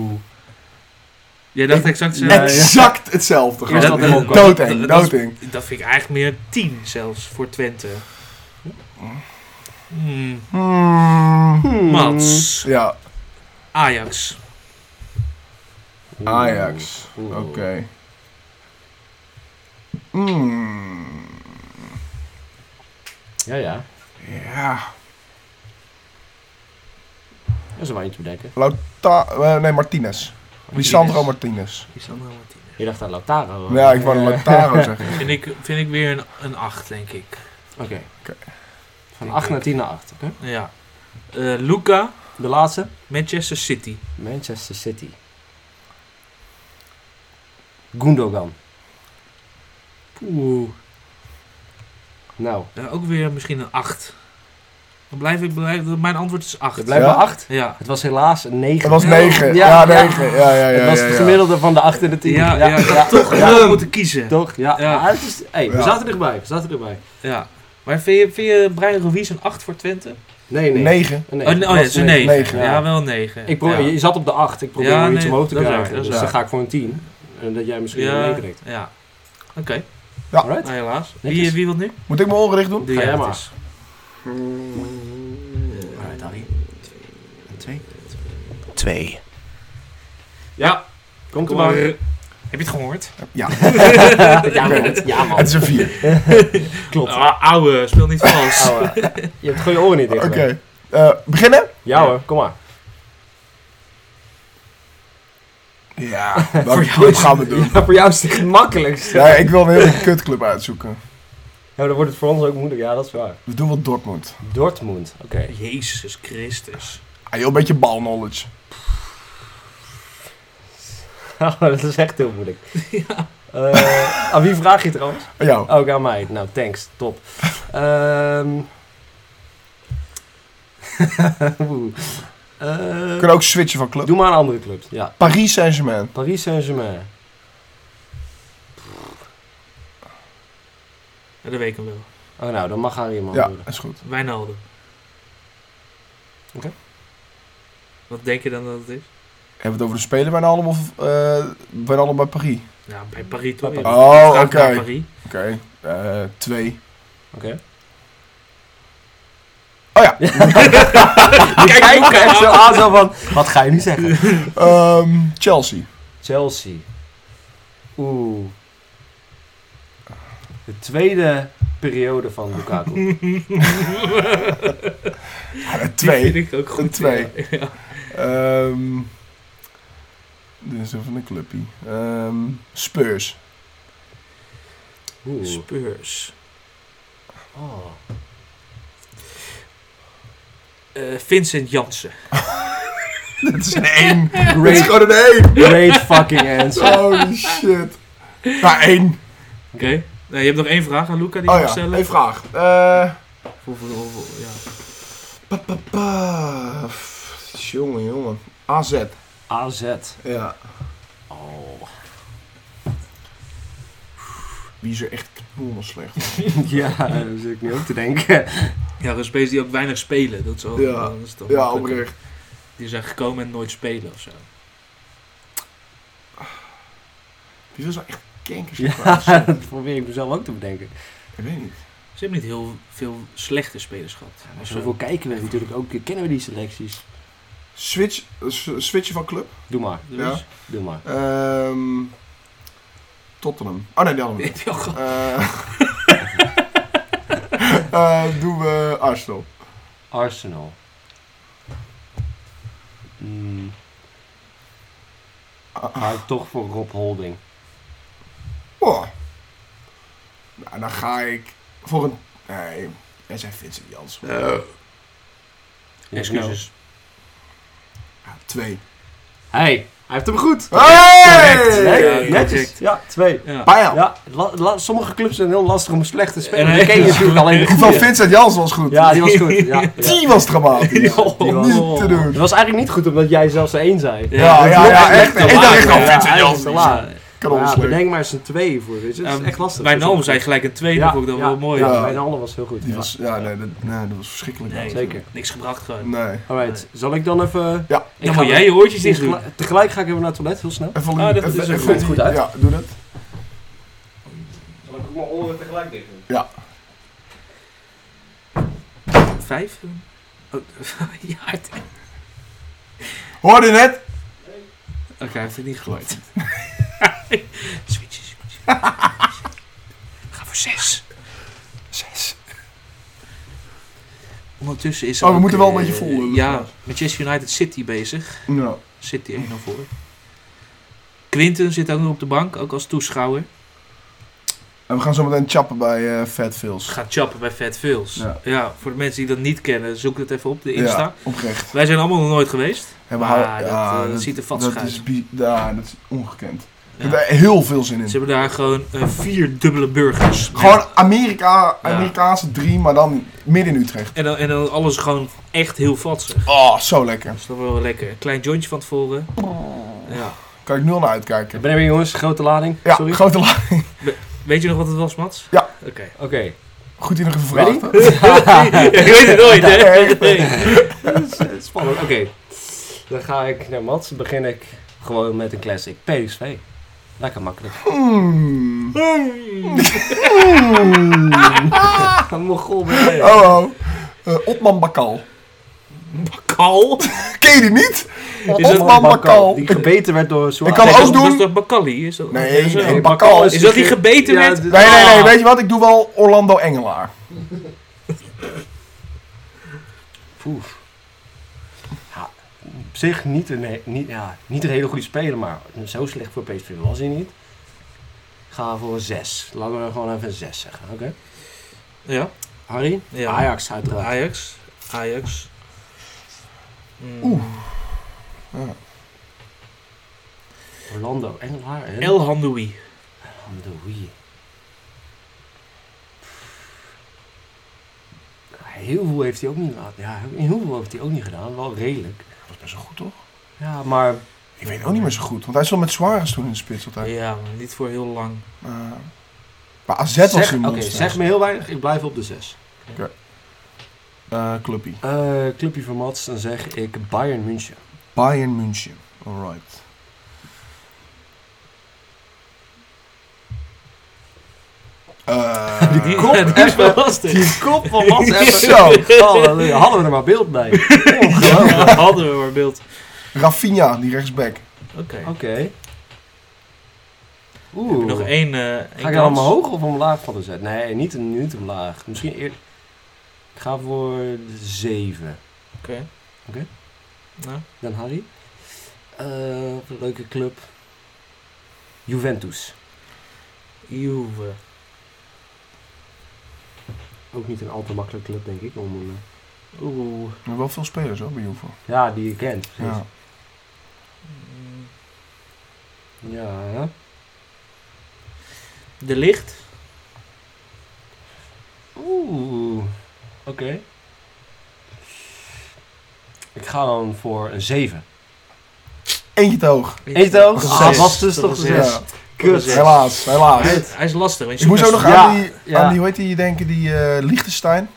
Speaker 1: Jij dacht exact zo.
Speaker 2: Nee, ja.
Speaker 3: Exact hetzelfde.
Speaker 2: Eerst
Speaker 3: gewoon.
Speaker 2: dat hem ook
Speaker 3: Doodeng,
Speaker 1: dat- dat is-
Speaker 3: doodeng.
Speaker 1: Dat vind ik eigenlijk meer 10 zelfs voor Twente. Hmm.
Speaker 3: Mm.
Speaker 1: Mats.
Speaker 3: Ja,
Speaker 1: Ajax.
Speaker 2: Oeh.
Speaker 3: Ajax.
Speaker 2: Oeh.
Speaker 3: Oké. Mm.
Speaker 2: Ja, ja.
Speaker 3: Ja.
Speaker 2: Dat is een wijntje bedekken.
Speaker 3: Lauta eh, nee, Martinez. Lisandro Martinez.
Speaker 1: Lisandro Martinez.
Speaker 2: Je dacht aan Lautaro.
Speaker 3: Ja, ik wou
Speaker 2: Eh,
Speaker 3: Lautaro zeggen.
Speaker 1: Vind ik, vind ik weer een, een 8, denk ik.
Speaker 2: Eh, Oké.
Speaker 3: Oké.
Speaker 2: Van 8 naar 10 naar 8. Oké.
Speaker 1: Ja. Eh, Luca.
Speaker 2: De laatste.
Speaker 1: Manchester City.
Speaker 2: Manchester City. Gundogan.
Speaker 1: Poeh.
Speaker 2: Nou,
Speaker 1: Ja, ook weer misschien een 8. Dan blijf ik blijf, mijn antwoord is 8.
Speaker 2: het blijft
Speaker 3: Ja?
Speaker 2: bij 8.
Speaker 1: Ja.
Speaker 2: Het was helaas een 9.
Speaker 3: Het was 9.
Speaker 2: Ja,
Speaker 3: Ja,
Speaker 2: ja.
Speaker 3: 9. Ja, ja, ja.
Speaker 2: Het was
Speaker 3: ja,
Speaker 2: het
Speaker 3: ja.
Speaker 2: gemiddelde van de 8 en de 10.
Speaker 1: Ja, ja, ik had toch
Speaker 2: ja.
Speaker 1: wel moeten kiezen.
Speaker 2: Toch? Ja.
Speaker 1: Ja.
Speaker 2: Ah, het is, hey, we
Speaker 3: Ja.
Speaker 2: zaten erbij. We zaten erbij.
Speaker 1: Ja. Maar vind je, vind je Brian Ruiz een 8 voor Twente?
Speaker 2: Nee, nee.
Speaker 3: 9.
Speaker 2: Een negen.
Speaker 1: oh, nee, oh ja, het
Speaker 2: Het was
Speaker 1: is een
Speaker 2: een
Speaker 1: 9.
Speaker 3: negen.
Speaker 1: Ja.
Speaker 2: Ja.
Speaker 1: wel een 9.
Speaker 2: Ik probeer,
Speaker 1: ja.
Speaker 2: Je zat op de 8. Ik probeer
Speaker 1: Ja,
Speaker 2: nu iets
Speaker 1: nee,
Speaker 2: omhoog te
Speaker 1: dat is waar,
Speaker 2: krijgen.
Speaker 1: dat is
Speaker 2: dus dan
Speaker 1: waar.
Speaker 2: ga ik voor een 10. En dat jij misschien een
Speaker 1: Ja,
Speaker 2: 9 krijgt.
Speaker 1: ja. Oké,
Speaker 2: Alright?
Speaker 1: nou, helaas. Wie,
Speaker 2: Netjes.
Speaker 1: wie wil nu?
Speaker 3: Moet ik mijn oren dicht doen?
Speaker 1: Doe
Speaker 2: jij
Speaker 1: het
Speaker 2: maar.
Speaker 1: eens.
Speaker 2: Alright, Harry.
Speaker 4: Twee.
Speaker 2: Ja. Komt er
Speaker 1: Kom maar.
Speaker 2: maar.
Speaker 1: Heb je het gehoord?
Speaker 3: Ja,
Speaker 2: Ja, man. Ja, man.
Speaker 3: het is een 4.
Speaker 2: Klopt.
Speaker 1: Ah, ouwe, speel niet vals.
Speaker 2: Ouwe, Oh, eh, je hebt gewoon je oren niet dicht.
Speaker 3: Oké.
Speaker 2: hè?
Speaker 3: Eh, beginnen?
Speaker 2: Ja hoor, kom maar.
Speaker 3: Ja, welke club gaan we doen?
Speaker 2: Ja, voor jou is het gemakkelijkst.
Speaker 3: Ja, ik wil een hele kutclub uitzoeken.
Speaker 2: Ja, dan wordt het voor ons ook moeilijk. Ja, dat is waar.
Speaker 3: We doen wel Dortmund.
Speaker 2: Dortmund, oké.
Speaker 1: Jezus Christus.
Speaker 3: Ah, joh, een beetje balknowledge.
Speaker 2: dat is echt heel moeilijk. Eh, aan wie vraag je trouwens?
Speaker 3: Ah, Jou.
Speaker 2: Ook aan mij. Nou, thanks. Top. Ehm Oeh.
Speaker 3: We
Speaker 2: Eh,
Speaker 3: kunnen ook switchen van club.
Speaker 2: doe maar een andere club. Ja.
Speaker 3: Paris Saint-Germain.
Speaker 2: Paris Saint-Germain.
Speaker 1: Ja, dat weet ik hem wel.
Speaker 2: Oh, nou, dan mag Harry iemand
Speaker 3: Ja,
Speaker 2: worden.
Speaker 3: is goed.
Speaker 1: Wijnaldum.
Speaker 2: Oké.
Speaker 1: Wat denk je dan dat het is?
Speaker 3: Hebben we het over de speler bij allemaal of eh, Wijnaldum bij Paris?
Speaker 1: Nou, bij Paris toch?
Speaker 2: Bij
Speaker 1: Ik
Speaker 2: Paris.
Speaker 1: ga
Speaker 3: Oh,
Speaker 1: naar
Speaker 3: oké.
Speaker 1: Paris.
Speaker 3: Oké, eh, twee.
Speaker 2: Oké.
Speaker 3: Oh ja,
Speaker 2: Kijk, kijk, zo aan zo van... Wat ga je nu zeggen?
Speaker 3: ehm, Chelsea.
Speaker 2: Chelsea. Oeh. De tweede periode van Lukaku.
Speaker 3: Ja, een
Speaker 1: Die
Speaker 3: Eh, twee.
Speaker 1: vind ik ook goed.
Speaker 3: Een twee.
Speaker 1: ja. Ja.
Speaker 3: Ehm dit is even een clubpie. Ehm, Spurs.
Speaker 2: Oeh.
Speaker 1: Spurs.
Speaker 2: Oh.
Speaker 1: Eh, Vincent Jansen.
Speaker 3: Dit is een één. Dit is
Speaker 2: Great,
Speaker 3: gewoon een één.
Speaker 2: great fucking answer.
Speaker 3: Holy shit. Nou, één.
Speaker 1: Oké. Nou, je hebt nog één vraag aan Luca die je
Speaker 3: Oh
Speaker 1: mag
Speaker 3: ja,
Speaker 1: stellen.
Speaker 3: één vraag. Eh,
Speaker 1: Hoeveel- hoeveel- ja.
Speaker 3: pa, pa, pa. Pff, Jongen, jongen. AZ.
Speaker 2: AZ.
Speaker 3: Ja.
Speaker 2: Oh.
Speaker 3: Wie is er echt helemaal slecht?
Speaker 2: ja, daar zit ik nu ook te denken.
Speaker 1: Ja, gewoon spelers die ook weinig spelen. Dat is, wel,
Speaker 3: Ja.
Speaker 1: dat is toch wel
Speaker 3: Ja,
Speaker 1: gelukkig.
Speaker 3: oprecht.
Speaker 1: Die zijn gekomen en nooit spelen of zo.
Speaker 3: Wie was nou echt kankers?
Speaker 2: ja, dat probeer ik mezelf ook te bedenken.
Speaker 3: Ik weet niet.
Speaker 1: Ze hebben niet heel veel slechte spelers gehad.
Speaker 2: Maar
Speaker 1: Of
Speaker 2: zoveel
Speaker 1: zo.
Speaker 2: kijken we natuurlijk ook, kennen we die selecties.
Speaker 3: Switch, eh, s- switchen van club?
Speaker 2: Doe maar,
Speaker 1: Dus,
Speaker 3: Ja.
Speaker 1: Die
Speaker 2: doe maar.
Speaker 3: Ehm Tottenham. Oh nee, die hadden we
Speaker 1: heb
Speaker 3: niet.
Speaker 1: je al gehad.
Speaker 3: Eh, eh, doen we Arsenal.
Speaker 2: Arsenal. Mm. Ga ik toch voor Rob Holding.
Speaker 3: Oh. Nou, dan ga ik voor een... Nee, er zijn Vincent Jans.
Speaker 1: Excuses.
Speaker 3: Ja, twee.
Speaker 2: Hey, hij heeft hem goed.
Speaker 3: Hey!
Speaker 2: Nee,
Speaker 1: Ja,
Speaker 2: netjes.
Speaker 1: correct.
Speaker 2: Ja, Nou. twee.
Speaker 1: Ja.
Speaker 3: Bijl.
Speaker 2: Ja, la- la- sommige clubs zijn heel lastig om slecht te spelen.
Speaker 1: En
Speaker 2: Dan ken je
Speaker 1: hij-
Speaker 2: natuurlijk alleen de
Speaker 3: Die van
Speaker 2: goede.
Speaker 3: Vincent Jans was goed.
Speaker 2: Ja, die was goed. Ja, ja.
Speaker 3: Die was dramatisch.
Speaker 2: Ja, die was-
Speaker 1: Oh.
Speaker 3: Niet te doen.
Speaker 2: Het was eigenlijk niet goed omdat jij zelfs er één zei.
Speaker 3: Ja, ja, ja, echt.
Speaker 2: te
Speaker 3: Ik dacht echt
Speaker 2: laag,
Speaker 3: al
Speaker 2: ja.
Speaker 3: Vincent
Speaker 2: eigenlijk
Speaker 3: Jans.
Speaker 2: te laag.
Speaker 3: Kan
Speaker 2: Maar Ja,
Speaker 3: ons lukken.
Speaker 2: bedenk maar eens een twee voor, weet je. Het is echt lastig.
Speaker 1: Bij Nalm Ehm, zijn gelijk een tweede, vond ik dat wel mooi.
Speaker 2: Ja,
Speaker 3: Ja.
Speaker 2: Wijnaldum was heel goed.
Speaker 3: Die
Speaker 2: Ja.
Speaker 3: was... Ja, nee, dat, nee, dat was verschrikkelijk.
Speaker 1: Nee,
Speaker 2: Zeker.
Speaker 1: Niks gebracht gewoon.
Speaker 3: Nee.
Speaker 2: Alright, zal ik dan even...
Speaker 3: Ja.
Speaker 2: Ik
Speaker 1: Dan
Speaker 2: ga
Speaker 1: moet jij je oortjes dicht doen.
Speaker 2: Tegelijk, tegelijk ga ik even naar het toilet, heel snel.
Speaker 3: Even
Speaker 1: Ah, dat is
Speaker 3: even-
Speaker 1: een
Speaker 3: even-
Speaker 2: goed- goed uit.
Speaker 3: Ja, doe dat.
Speaker 2: Zal ik ook mijn oren tegelijk dicht doen? Mm.
Speaker 1: Vijf? Oh, ja, hard. Oké,
Speaker 3: Hoorde je het?
Speaker 1: hij heeft het niet gehoord. Switches. Ga voor zes.
Speaker 3: Zes.
Speaker 1: Ondertussen is
Speaker 3: Oh, we
Speaker 1: ook,
Speaker 3: moeten wel een
Speaker 1: eh,
Speaker 3: beetje vol, eh,
Speaker 1: Ja, Manchester United City bezig.
Speaker 3: Ja.
Speaker 1: City 1 0 voor. Quinten zit ook nog op de bank, ook als toeschouwer.
Speaker 3: En we gaan zo meteen chappen bij eh Fat Phils.
Speaker 1: Gaat chappen bij Fat Phils.
Speaker 3: Ja.
Speaker 1: Ja. voor de mensen die dat niet kennen, zoek het even op, de Insta.
Speaker 3: Ja, oprecht.
Speaker 1: Wij zijn allemaal nog nooit geweest.
Speaker 3: En we
Speaker 1: Maar
Speaker 3: houden-
Speaker 1: dat,
Speaker 3: ja,
Speaker 1: eh, dat ziet er vatsig
Speaker 3: dat
Speaker 1: uit.
Speaker 3: is, bi- ja, dat is ongekend. Ik
Speaker 1: Ja.
Speaker 3: heb daar heel veel zin in.
Speaker 1: Ze hebben daar gewoon eh, vier dubbele burgers.
Speaker 3: Gewoon Amerika, Amerikaanse drie, maar dan midden in Utrecht.
Speaker 1: En dan, en dan alles gewoon echt heel vatsig.
Speaker 3: Oh, zo lekker.
Speaker 1: Dat is toch wel lekker. Klein jointje van tevoren. Ja.
Speaker 3: Kan ik nu al naar uitkijken.
Speaker 2: Ik ben er weer jongens, grote lading.
Speaker 3: Ja,
Speaker 2: Sorry.
Speaker 3: grote la-
Speaker 1: Weet je nog wat het was, Mats?
Speaker 3: Ja.
Speaker 1: Oké.
Speaker 2: Oké.
Speaker 3: Goed in een
Speaker 2: Ready?
Speaker 3: gevraagd. hè?
Speaker 1: Ik weet het nooit, hè? Nee.
Speaker 2: Spannend. Oké. Dan ga ik naar Mats. Dan begin ik gewoon met een classic. PSV. Lekker makkelijk. Oh,
Speaker 3: Hmm.
Speaker 2: Een mogol ben jij.
Speaker 3: Oh, oh. Eh, Otman Bakal.
Speaker 1: Bakal?
Speaker 3: Ken je die niet?
Speaker 1: Is het
Speaker 3: Otman Bakal.
Speaker 2: Die gebeten werd door Suarez.
Speaker 3: Ik kan
Speaker 1: Nee,
Speaker 3: ook
Speaker 1: dat- Dat
Speaker 3: doen.
Speaker 1: is toch Bakali? Is dat,
Speaker 3: Nee,
Speaker 1: dat is
Speaker 3: nee,
Speaker 1: wel-
Speaker 3: Bakal
Speaker 1: is dat die gebeten werd?
Speaker 2: dit-
Speaker 3: Nee, nee, nee. Weet je wat? Ik doe wel Orlando Engelaar.
Speaker 2: Poef. Ja, op zich niet een, he- niet, ja, niet een hele goede speler, maar zo slecht voor PSV was hij niet. Ik Ga voor een 6. Laten we gewoon even een 6 zeggen, oké?
Speaker 1: Ja.
Speaker 2: Harry?
Speaker 1: Ja.
Speaker 2: Ajax uiteraard.
Speaker 1: Ajax. Ajax. Mm.
Speaker 3: Oeh.
Speaker 2: Orlando, Engelaar en...
Speaker 1: El Handoui.
Speaker 2: Van de Wii. Heel veel heeft hij ook niet laten. Ja, heel veel heeft hij ook niet gedaan. Wel redelijk.
Speaker 3: Dat was best wel goed, toch?
Speaker 2: Ja, maar
Speaker 3: Ik weet het ook niet meer zo goed. Want hij stond met Suarez toen in de spits altijd.
Speaker 1: Ja, maar niet voor heel lang.
Speaker 3: Eh, maar AZ was
Speaker 2: zeg,
Speaker 3: een
Speaker 2: oké,
Speaker 3: monster.
Speaker 2: zeg me heel weinig. Ik blijf op de 6.
Speaker 3: Eh, clubpie.
Speaker 2: clubje van Mats, dan zeg ik Bayern München.
Speaker 3: Bayern München. Alright. Eh,
Speaker 1: die,
Speaker 2: kop,
Speaker 1: ja, die is wel lastig.
Speaker 2: Die kop van Mats
Speaker 3: even.
Speaker 2: Halleluja, hadden we er maar beeld bij. Ongelooflijk.
Speaker 1: Ja, hadden we maar beeld.
Speaker 3: Rafinha, die rechtsback.
Speaker 1: Oké.
Speaker 2: Oké.
Speaker 1: Heb je
Speaker 2: Oeh.
Speaker 1: nog één, eh, één
Speaker 2: Ga ik dan
Speaker 1: kans?
Speaker 2: omhoog of omlaag van de zet? Nee, niet, niet omlaag. Misschien eer... Ik ga voor de 7.
Speaker 1: Oké.
Speaker 2: Oké.
Speaker 1: Nou,
Speaker 2: Dan Harry. Eh, op een leuke club. Juventus.
Speaker 1: Juve.
Speaker 2: Ook niet een al te makkelijke club, denk ik. Om, eh,
Speaker 1: Oeh.
Speaker 3: Er zijn wel veel spelers hoor, bij Juve.
Speaker 2: ja, die je kent. precies.
Speaker 3: Ja.
Speaker 1: Mm,
Speaker 2: Ja. ja.
Speaker 1: De licht.
Speaker 2: Oeh. Oké. Ik ga dan voor een 7.
Speaker 3: Eentje te hoog.
Speaker 2: Eentje ook?
Speaker 1: Toch
Speaker 2: Ah,
Speaker 1: een Oh, zes.
Speaker 2: was dus toch
Speaker 1: een
Speaker 2: een
Speaker 1: zes.
Speaker 2: zes. Kut.
Speaker 3: Helaas, helaas.
Speaker 1: Hij, hij is lastig. want
Speaker 3: Ik moest ook nog
Speaker 1: Superstar-
Speaker 2: Ja,
Speaker 3: aan, die,
Speaker 2: ja.
Speaker 3: aan die, hoe heet die, denken, die eh Liechtenstein.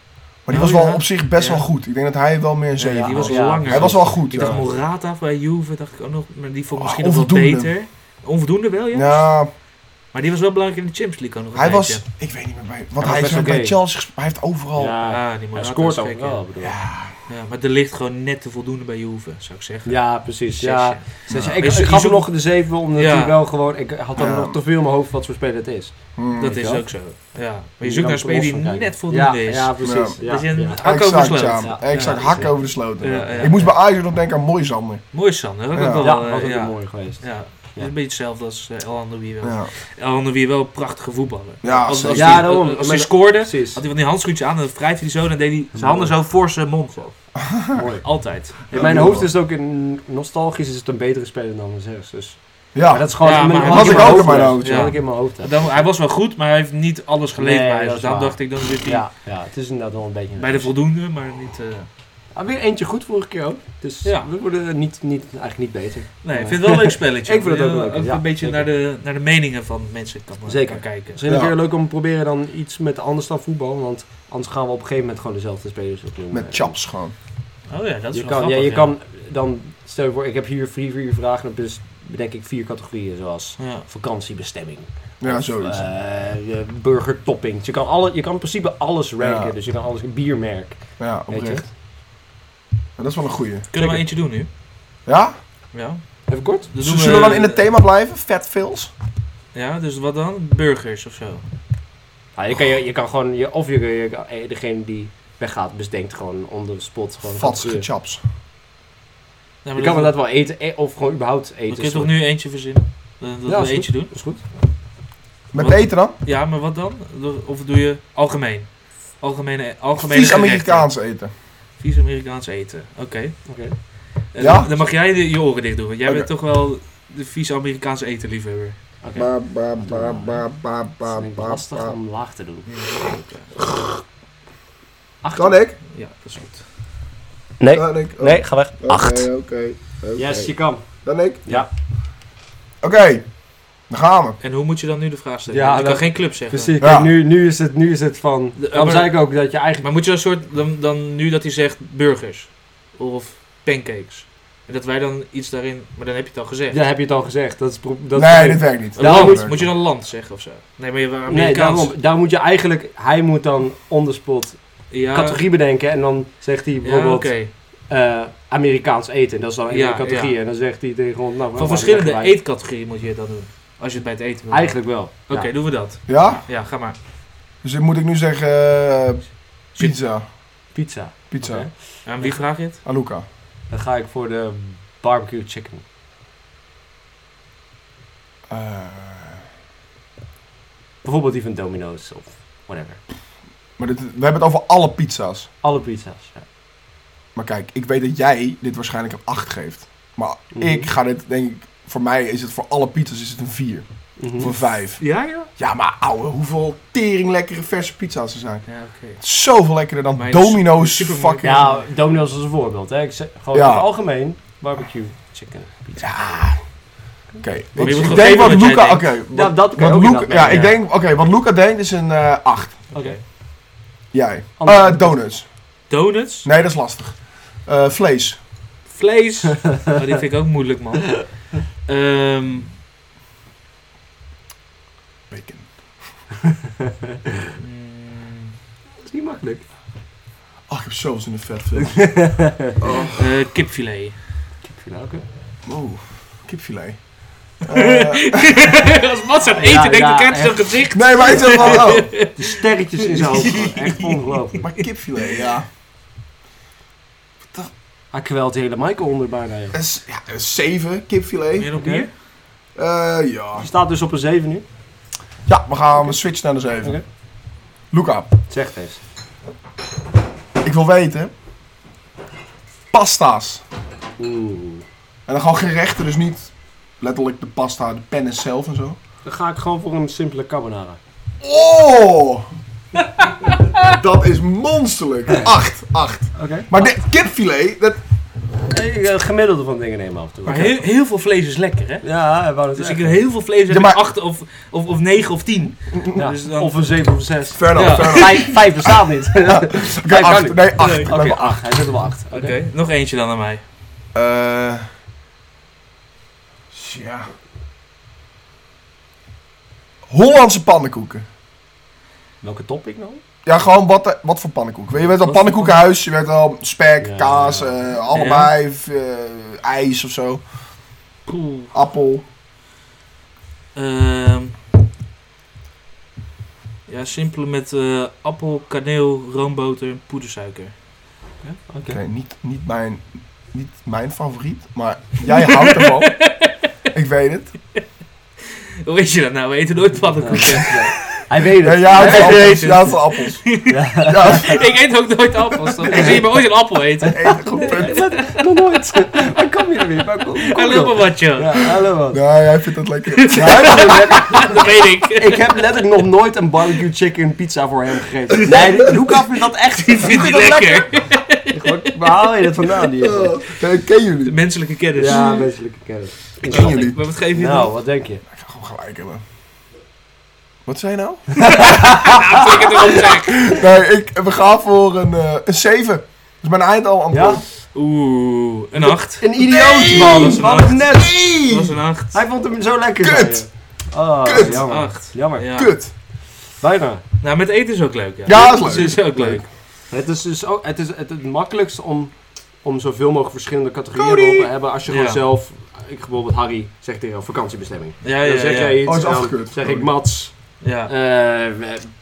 Speaker 3: Maar die
Speaker 1: Oh,
Speaker 3: was wel
Speaker 1: ja.
Speaker 3: op zich best
Speaker 1: Ja.
Speaker 3: wel goed. Ik denk dat hij wel meer een
Speaker 1: Ja,
Speaker 3: zeven
Speaker 1: die
Speaker 3: was.
Speaker 1: was
Speaker 2: Ja.
Speaker 1: langer.
Speaker 3: Hij was wel goed.
Speaker 1: Ik dacht
Speaker 3: Ja,
Speaker 1: Morata bij Juve, dacht ik ook nog. Maar die vond ik
Speaker 3: Ah,
Speaker 1: misschien nog wel
Speaker 3: onvoldoende.
Speaker 1: beter. Onvoldoende wel, ja.
Speaker 3: Ja,
Speaker 1: Maar die was wel belangrijk in de Champions League ook nog een
Speaker 3: hij was,
Speaker 1: tijdje.
Speaker 3: ik weet niet meer bij,
Speaker 2: was
Speaker 3: want hij
Speaker 2: best
Speaker 3: is
Speaker 2: oké.
Speaker 3: bij Chelsea gespeeld. Hij heeft overal. Ja,
Speaker 2: Ja,
Speaker 1: Ah, die
Speaker 2: hij
Speaker 1: Morata
Speaker 2: scoort
Speaker 1: is
Speaker 2: ook
Speaker 1: gek,
Speaker 2: wel,
Speaker 1: ja.
Speaker 2: bedoel ik.
Speaker 3: ja.
Speaker 1: Ja, maar er ligt gewoon net te voldoende bij Juve, zou ik zeggen.
Speaker 2: Ja, precies.
Speaker 1: Zes,
Speaker 2: Ja. Zes,
Speaker 1: Nou,
Speaker 2: ik,
Speaker 1: is-
Speaker 2: ik
Speaker 1: is
Speaker 2: gaf hem
Speaker 1: ook-
Speaker 2: nog de 7, omdat
Speaker 1: Ja.
Speaker 2: hij wel gewoon... Ik had dan
Speaker 3: Ja.
Speaker 2: nog te veel in mijn hoofd wat voor speler het is.
Speaker 3: Hmm.
Speaker 1: Dat
Speaker 2: Weet
Speaker 1: is
Speaker 2: je wel?
Speaker 1: ook zo. Ja. Maar je
Speaker 2: Je
Speaker 1: zoekt
Speaker 2: kan
Speaker 1: naar een speler die
Speaker 2: los van kijken.
Speaker 1: net voldoende
Speaker 2: ja,
Speaker 1: is.
Speaker 2: Ja, precies. Ja.
Speaker 1: Dat je een
Speaker 2: ja.
Speaker 1: hak over de
Speaker 3: Exact,
Speaker 1: sloot.
Speaker 3: ja.
Speaker 2: Ja.
Speaker 3: Exact,
Speaker 1: Ja.
Speaker 3: hak over de sloot.
Speaker 1: Ja, ja.
Speaker 3: Ik moest bij Ajax ook nog denken aan Moisander.
Speaker 1: Mooi Sander, dat
Speaker 3: Ja.
Speaker 1: ook wel.
Speaker 2: Ja,
Speaker 1: eh,
Speaker 2: was ook
Speaker 1: ja.
Speaker 2: een mooi geweest.
Speaker 1: Ja, het is
Speaker 2: Ja.
Speaker 1: een beetje hetzelfde als eh, El Andoui wel.
Speaker 3: Ja.
Speaker 1: El Andoui wel een prachtige voetballer.
Speaker 3: Ja,
Speaker 1: als, als,
Speaker 3: zeker.
Speaker 2: Ja,
Speaker 1: hij,
Speaker 2: daarom.
Speaker 1: als hij
Speaker 2: Maar-
Speaker 1: scoorde, had
Speaker 2: Precies.
Speaker 1: hij van die handschoentje aan en dan wrijfde hij zo en dan deed hij zijn
Speaker 2: Mooi.
Speaker 1: handen zo voor zijn mond. Zo.
Speaker 2: Mooi.
Speaker 1: Altijd.
Speaker 2: In mijn hoofd is het ook in nostalgisch is het een betere speler dan Zers. Dus. Maar
Speaker 3: Ja,
Speaker 2: dat is gewoon
Speaker 1: Ja,
Speaker 2: in mijn-
Speaker 1: maar
Speaker 2: had
Speaker 1: had
Speaker 2: ik
Speaker 1: ik
Speaker 2: in
Speaker 3: ook
Speaker 2: mijn
Speaker 3: in mijn
Speaker 2: hoofd.
Speaker 3: hoofd,
Speaker 2: Dat
Speaker 1: ja.
Speaker 2: had ik in mijn hoofd. hè.
Speaker 1: Dan, hij was wel goed, maar hij heeft niet alles geleverd
Speaker 2: Nee,
Speaker 1: bij Ajax.
Speaker 2: dat
Speaker 1: Dus
Speaker 2: is
Speaker 1: daarom
Speaker 2: waar.
Speaker 1: dacht ik, dan zit hij
Speaker 2: Ja, ja, het is inderdaad wel een beetje...
Speaker 1: bij de voldoende, maar niet... eh,
Speaker 2: Ah, weer eentje goed vorige keer ook. Dus
Speaker 1: Ja.
Speaker 2: we worden niet, niet, eigenlijk niet beter.
Speaker 1: Nee, ik vind
Speaker 2: Nee.
Speaker 1: het wel een leuk spelletje.
Speaker 2: Ik vind het ook
Speaker 1: Eh,
Speaker 2: leuk, ja,
Speaker 1: een beetje
Speaker 2: zeker.
Speaker 1: naar de, naar de meningen van mensen kan, eh,
Speaker 2: Zeker.
Speaker 1: kan kijken.
Speaker 2: Misschien een
Speaker 3: Ja.
Speaker 2: keer leuk om te proberen dan iets met anders dan voetbal. Want anders gaan we op een gegeven moment gewoon dezelfde spelers opnoemen.
Speaker 3: met chaps gewoon.
Speaker 1: Oh ja, dat is
Speaker 2: Je
Speaker 1: wel
Speaker 2: kan,
Speaker 1: grappig.
Speaker 2: ja, je kan dan, stel je voor, ik heb hier vier, vier vragen. Dan bes- bedenk ik vier categorieën zoals
Speaker 1: Ja.
Speaker 2: vakantiebestemming.
Speaker 3: Ja,
Speaker 2: of,
Speaker 3: zoiets.
Speaker 2: eh, je burgertoppings. Je kan, alle, je kan in principe alles ranken.
Speaker 3: Ja.
Speaker 2: Dus je kan alles, een biermerk.
Speaker 3: Ja, oprecht. Ja, dat is wel een goeie.
Speaker 1: Kunnen
Speaker 2: Zeker.
Speaker 1: we eentje doen nu?
Speaker 3: Ja?
Speaker 1: Ja.
Speaker 2: Even kort.
Speaker 1: Dan doen
Speaker 3: Zullen we dan in het thema blijven? Vet fills?
Speaker 1: Ja, dus wat dan? Burgers of zo.
Speaker 2: Ah, je, kan, je, je kan gewoon, je, of je, je- eh, degene die weggaat, bedenkt gewoon on the spot. Gewoon
Speaker 3: Vatsige
Speaker 2: categorieën.
Speaker 3: chaps.
Speaker 1: Ja,
Speaker 2: Je
Speaker 1: maar
Speaker 2: kan
Speaker 1: dat-
Speaker 2: dat wel eten, eh, of gewoon überhaupt
Speaker 1: We
Speaker 2: eten.
Speaker 1: kunnen toch
Speaker 2: soort-
Speaker 1: nu eentje verzinnen? Dat dat
Speaker 2: Ja, is
Speaker 1: we
Speaker 2: goed.
Speaker 1: eentje doen?
Speaker 2: Dat is goed.
Speaker 3: Met
Speaker 1: Wat?
Speaker 3: beter dan?
Speaker 1: Ja, maar wat dan? Of doe je algemeen? Algemene, algemene
Speaker 3: Vies
Speaker 1: gerechten.
Speaker 3: Amerikaans eten.
Speaker 1: Vies Amerikaans eten. Oké.
Speaker 2: Oké.
Speaker 1: Eh,
Speaker 3: Ja?
Speaker 1: Dan, dan mag jij de- je oren dicht doen, want jij
Speaker 3: Oké.
Speaker 1: bent toch wel de vies Amerikaans eten liefhebber.
Speaker 2: Oké.
Speaker 3: Ba, ba, ba, ba, ba, ba,
Speaker 2: Het is
Speaker 3: ba,
Speaker 2: lastig
Speaker 3: ba.
Speaker 2: om laag te doen.
Speaker 3: Kan ik? Eh,
Speaker 1: Ja, dat is goed.
Speaker 2: Nee,
Speaker 3: Kan ik? Oh,
Speaker 2: nee, ga weg.
Speaker 3: Oké, Oké, oké. eh,
Speaker 2: Yes, je kan.
Speaker 3: Dan ik?
Speaker 2: Ja.
Speaker 3: Oké, dan gaan we.
Speaker 1: En hoe moet je dan nu de vraag stellen?
Speaker 2: Ja,
Speaker 1: Want je kan
Speaker 2: dat-
Speaker 1: geen club zeggen.
Speaker 2: Precies,
Speaker 3: Ja.
Speaker 2: Dus nu, nu, is het, nu is het van...
Speaker 1: De-
Speaker 2: Daarom
Speaker 1: maar-
Speaker 2: zei ik ook dat je eigenlijk...
Speaker 1: Maar moet je dan soort dan, dan nu dat hij zegt burgers of pancakes en dat wij dan iets daarin, maar dan heb je het al gezegd.
Speaker 2: Ja, heb je het al gezegd. Dat is pro- dat is
Speaker 3: nee,
Speaker 2: probleem.
Speaker 3: dit werkt niet.
Speaker 1: Een
Speaker 2: daarom
Speaker 1: land,
Speaker 3: moet-
Speaker 1: moet je dan land zeggen of zo? Nee, maar je waren
Speaker 2: Nee,
Speaker 1: Amerikaans.
Speaker 2: daarom, daar moet je eigenlijk... Hij moet dan on the spot
Speaker 1: ja,
Speaker 2: categorie bedenken. En dan zegt hij
Speaker 1: ja, oké.
Speaker 2: bijvoorbeeld eh, Amerikaans eten. Dat is dan een
Speaker 1: Ja,
Speaker 2: categorie.
Speaker 1: ja.
Speaker 2: En dan zegt hij tegen ons... Nou,
Speaker 1: Van
Speaker 2: nou,
Speaker 1: verschillende
Speaker 2: leggen wij-
Speaker 1: eetcategorieën moet je het dan doen als je het bij het eten wil.
Speaker 2: Eigenlijk wel.
Speaker 1: Oké,
Speaker 2: Ja.
Speaker 1: doen we dat.
Speaker 3: Ja?
Speaker 1: Ja, ga maar.
Speaker 3: Dus dit moet ik nu zeggen eh, pizza.
Speaker 2: Pizza.
Speaker 3: Pizza.
Speaker 1: Oké. Aan wie vraag je het?
Speaker 3: Aan Luca.
Speaker 2: Dan ga ik voor de barbecue chicken.
Speaker 3: Eh,
Speaker 2: Bijvoorbeeld die van Domino's of whatever.
Speaker 3: maar dit, we hebben het over alle pizza's.
Speaker 2: Alle pizza's. Ja.
Speaker 3: Maar kijk, ik weet dat jij dit waarschijnlijk een 8 geeft. Maar
Speaker 2: Mhm.
Speaker 3: ik ga dit, denk ik, voor mij is het voor alle pizza's is het een 4.
Speaker 2: Mhm.
Speaker 3: Of een 5.
Speaker 1: Ja, ja.
Speaker 3: Ja, maar ouwe, hoeveel tering lekkere verse pizza's er zijn.
Speaker 1: Ja, oké.
Speaker 3: Zoveel lekkerder dan
Speaker 1: Mijn
Speaker 3: Domino's
Speaker 1: supermarkt-
Speaker 3: fucking... Ja.
Speaker 2: Ja, Domino's als een voorbeeld. Hè. Ik zeg, gewoon
Speaker 3: Ja.
Speaker 2: in het algemeen barbecue chicken.
Speaker 3: Oké, ik-
Speaker 1: moet
Speaker 3: ik,
Speaker 1: gewoon
Speaker 3: denk
Speaker 1: geven
Speaker 3: wat
Speaker 1: wat jij
Speaker 3: Luca...
Speaker 1: denkt.
Speaker 3: Oké,
Speaker 2: Ja,
Speaker 3: wat,
Speaker 2: dat kan je
Speaker 3: wat
Speaker 2: ook
Speaker 3: Luca...
Speaker 2: inderdaad
Speaker 3: Ja,
Speaker 2: mee,
Speaker 3: ik
Speaker 2: ja.
Speaker 3: denk... Oké, wat Luca deed is een eh 8.
Speaker 2: Oké.
Speaker 3: Jij.
Speaker 2: Ander-
Speaker 3: Eh, donuts.
Speaker 1: Donuts,
Speaker 3: Nee, dat is lastig. Eh, vlees.
Speaker 1: vlees. Oh, die vind ik ook moeilijk, man. Ehm,
Speaker 3: Bacon.
Speaker 1: mm,
Speaker 2: Dat is niet makkelijk.
Speaker 3: Ach, ik heb zoveel zin in vetfilm. oh,
Speaker 1: eh, kipfilet.
Speaker 2: Oké.
Speaker 3: wow. Kipfilet. Eh,
Speaker 1: Als Mats aan
Speaker 2: Ja,
Speaker 1: eten denkt,
Speaker 2: ja,
Speaker 1: dan krijgt hij zo'n
Speaker 2: echt.
Speaker 1: gezicht.
Speaker 3: nee, maar ik zeg wel... Oh,
Speaker 2: De sterretjes in zijn hoofd. man. Echt ongelooflijk.
Speaker 3: maar kipfilet, ja.
Speaker 2: Hij kwelt de hele Michael onder bijna. joh.
Speaker 3: Een s- ja, een 7 kipfilet.
Speaker 1: Meer op
Speaker 2: Oké.
Speaker 1: hier?
Speaker 3: Eh, ja.
Speaker 2: Je staat dus op een 7 nu.
Speaker 3: Ja, we gaan switchen naar de 7.
Speaker 2: Oké.
Speaker 3: Luca,
Speaker 2: Zeg het eens.
Speaker 3: ik wil weten. Pasta's.
Speaker 2: Oeh.
Speaker 3: En dan gewoon gerechten, dus niet letterlijk de pasta, de pennen zelf en zo.
Speaker 2: Dan ga ik gewoon voor een simpele carbonara.
Speaker 3: Oh! Dat is monsterlijk. 8, 8.
Speaker 2: Oké.
Speaker 3: Maar de kipfilet, dat,
Speaker 2: Hey, eh, het gemiddelde van dingen nemen af en toe.
Speaker 1: Maar heel, heel veel vlees is lekker, hè?
Speaker 2: Ja, ik wou het
Speaker 1: Dus ik
Speaker 2: zeggen.
Speaker 1: heb heel veel vlees heb
Speaker 3: Ja, maar-
Speaker 1: ik 8 of, of, of 9 of 10.
Speaker 2: Ja,
Speaker 1: dus dan-
Speaker 2: Of een 7 of een 6.
Speaker 3: Verder,
Speaker 1: Ja.
Speaker 3: verder.
Speaker 2: Vijf, vijf bestaat niet.
Speaker 3: Oké,
Speaker 2: Vijf kan
Speaker 3: acht.
Speaker 2: niet.
Speaker 3: Nee, acht.
Speaker 1: Nee.
Speaker 3: Ik
Speaker 2: Oké,
Speaker 3: ben wel-
Speaker 2: acht. Hij zit op acht.
Speaker 1: Oké, nog eentje dan aan mij.
Speaker 3: Eh, ja. Hollandse pannenkoeken.
Speaker 2: Welke topic nog?
Speaker 3: Ja, gewoon wat, eh, wat voor pannenkoeken. Je weet wel
Speaker 1: Wat voor
Speaker 3: pannenkoekenhuis, je weet wel spek,
Speaker 2: Ja.
Speaker 3: kaas, eh, allebei, v- eh, ijs of zo,
Speaker 1: Cool. Ehm,
Speaker 3: appel.
Speaker 1: ja, simpele met eh, appel, kaneel, roomboter, poedersuiker.
Speaker 2: Oké.
Speaker 3: Oké, niet, niet, mijn, niet mijn favoriet, maar jij houdt ervan. Ik weet het.
Speaker 1: Hoe weet je dat nou? We eten nooit pannenkoeken.
Speaker 2: Hij weet
Speaker 3: Ja,
Speaker 2: het.
Speaker 3: jij houdt van
Speaker 1: weet
Speaker 3: appels.
Speaker 1: het.
Speaker 3: Jij houdt van appels.
Speaker 2: Ja.
Speaker 3: Ja,
Speaker 1: ik eet ook nooit appels. Dan zie je me ooit een appel eten.
Speaker 3: één goed punt.
Speaker 2: Dat- Nog nooit. Waar kom je er weer? Waar kom, kom
Speaker 1: Hij
Speaker 2: je
Speaker 1: loopt
Speaker 2: op?
Speaker 1: maar wat, joh.
Speaker 2: Ja, hallo man.
Speaker 3: Ja, jij vindt dat lekker.
Speaker 2: Ja, hij vindt het lekker.
Speaker 1: Dat weet ik.
Speaker 2: Ik heb letterlijk nog nooit een barbecue chicken pizza voor hem gegeten. Nee, Luca vindt dat echt
Speaker 1: Die vindt hij lekker.
Speaker 2: Gewoon, Waar haal je dat vandaan? Die
Speaker 3: Eh, ik ken jullie.
Speaker 1: De menselijke kennis.
Speaker 2: ja, menselijke kennis.
Speaker 3: Ik ken jullie.
Speaker 1: Maar wat geef je
Speaker 2: Nou,
Speaker 1: nou?
Speaker 2: wat denk je?
Speaker 3: Ik ga gewoon gelijk hebben. Wat zei je nou?
Speaker 1: Ik het erop zeg.
Speaker 3: Nee, ik, we gaan voor een, eh een 7. Dat is mijn eindal
Speaker 2: Ja?
Speaker 3: antwoord.
Speaker 1: Oeh, een 8.
Speaker 2: Een idioot man. We hadden het net.
Speaker 1: Dat was een 8.
Speaker 2: Hij vond hem zo lekker.
Speaker 3: Kut.
Speaker 2: zei je. Oh,
Speaker 3: Kut.
Speaker 2: jammer.
Speaker 1: Acht.
Speaker 2: Jammer.
Speaker 1: Ja.
Speaker 3: Kut.
Speaker 2: Bijna.
Speaker 1: Nou, met eten is ook leuk. Ja,
Speaker 3: Ja, is leuk.
Speaker 1: Dat is ook leuk.
Speaker 2: Het is dus ook het, is het, het makkelijkste om, om zoveel mogelijk verschillende categorieën
Speaker 3: Cody!
Speaker 2: erop te hebben als je gewoon
Speaker 1: Ja.
Speaker 2: zelf, ik bijvoorbeeld Harry, zegt tegen jou vakantiebestemming.
Speaker 1: Ja,
Speaker 2: Dan
Speaker 1: ja,
Speaker 2: zeg
Speaker 1: ja.
Speaker 2: jij iets,
Speaker 3: Oh, is
Speaker 2: dan
Speaker 3: afgekeurd.
Speaker 2: zeg ik Mats,
Speaker 1: ja.
Speaker 2: eh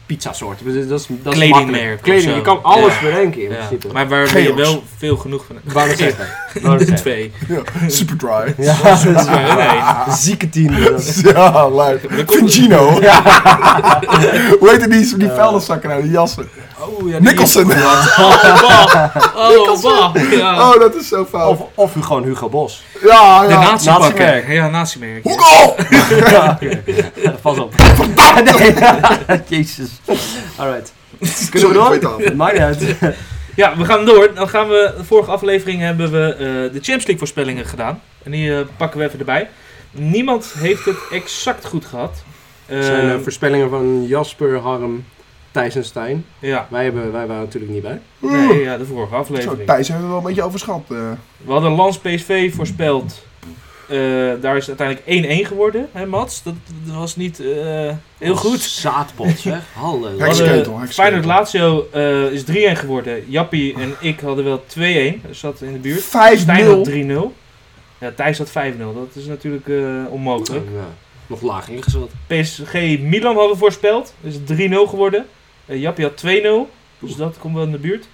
Speaker 2: pizza soort. Dat is, dat is
Speaker 1: Kledingmerk
Speaker 2: makkelijk.
Speaker 1: of
Speaker 2: Kleding,
Speaker 1: zo.
Speaker 2: je kan alles
Speaker 1: Ja.
Speaker 2: bedenken in
Speaker 1: Ja.
Speaker 2: principe.
Speaker 1: Maar waar ben je
Speaker 3: Georgs.
Speaker 1: wel veel genoeg van
Speaker 2: Ik wou net zeggen. Ik wou
Speaker 1: De
Speaker 2: net zeggen.
Speaker 1: twee.
Speaker 3: Ja, super dry.
Speaker 2: Ja, dat is
Speaker 1: waar.
Speaker 2: waar. Zieke tien. dat is-
Speaker 3: Ja, leuk.
Speaker 1: Dan komt-
Speaker 3: Fingino.
Speaker 2: Ja.
Speaker 3: Hoe heet die, die
Speaker 2: Eh.
Speaker 3: vuilniszakken nou, die jassen?
Speaker 1: Oh, ja. die-
Speaker 3: Nicholson.
Speaker 1: Oh, bah. Oh, bah. Ja.
Speaker 3: Oh, dat is zo fout.
Speaker 2: Of, of gewoon Hugo Bos.
Speaker 3: ja,
Speaker 1: De
Speaker 3: ja.
Speaker 1: natiebakker.
Speaker 2: natiemerk.
Speaker 1: Ja, natiemerk. ja.
Speaker 3: Hoekel!
Speaker 2: Ja, Pas op. Nee, Jezus. Alright. Kunnen
Speaker 3: Sorry,
Speaker 2: we
Speaker 3: gooi het
Speaker 2: door?
Speaker 3: af.
Speaker 2: Het maakt niet uit.
Speaker 1: Ja, we gaan door. Dan gaan we, de vorige aflevering hebben we eh, de Champions League voorspellingen gedaan. En die eh, pakken we even erbij. Niemand heeft het exact goed gehad. Eh,
Speaker 2: Het zijn eh, voorspellingen van Jasper, Harm, Thijs en Stijn.
Speaker 1: ja,
Speaker 2: Wij, hebben, wij waren natuurlijk niet bij.
Speaker 1: nee, ja, de vorige
Speaker 3: Zo,
Speaker 1: aflevering.
Speaker 3: Thijs hebben we wel een beetje overschat. eh.
Speaker 1: We hadden Lans PSV voorspeld. Eh, daar is uiteindelijk 1-1 geworden, hè Mats? Dat, dat was niet eh, heel goed.
Speaker 2: Zaadpot, zeg. Hallo.
Speaker 1: We hadden
Speaker 3: Hekskeutel, hekskeutel.
Speaker 1: Feyenoord Lazio eh, is 3-1 geworden. Jappie en ik hadden wel 2-1. Dus zat in de buurt. Stijn had
Speaker 3: 5-0.
Speaker 1: 3-0. Ja, Thijs had 5-0. Dat is natuurlijk eh, onmogelijk.
Speaker 2: Ja, nog laag ingezet.
Speaker 1: PSG Milan hadden voorspeld. Dus 3-0 geworden. Eh Jappie had 2-0. Dus dat komt wel in de buurt.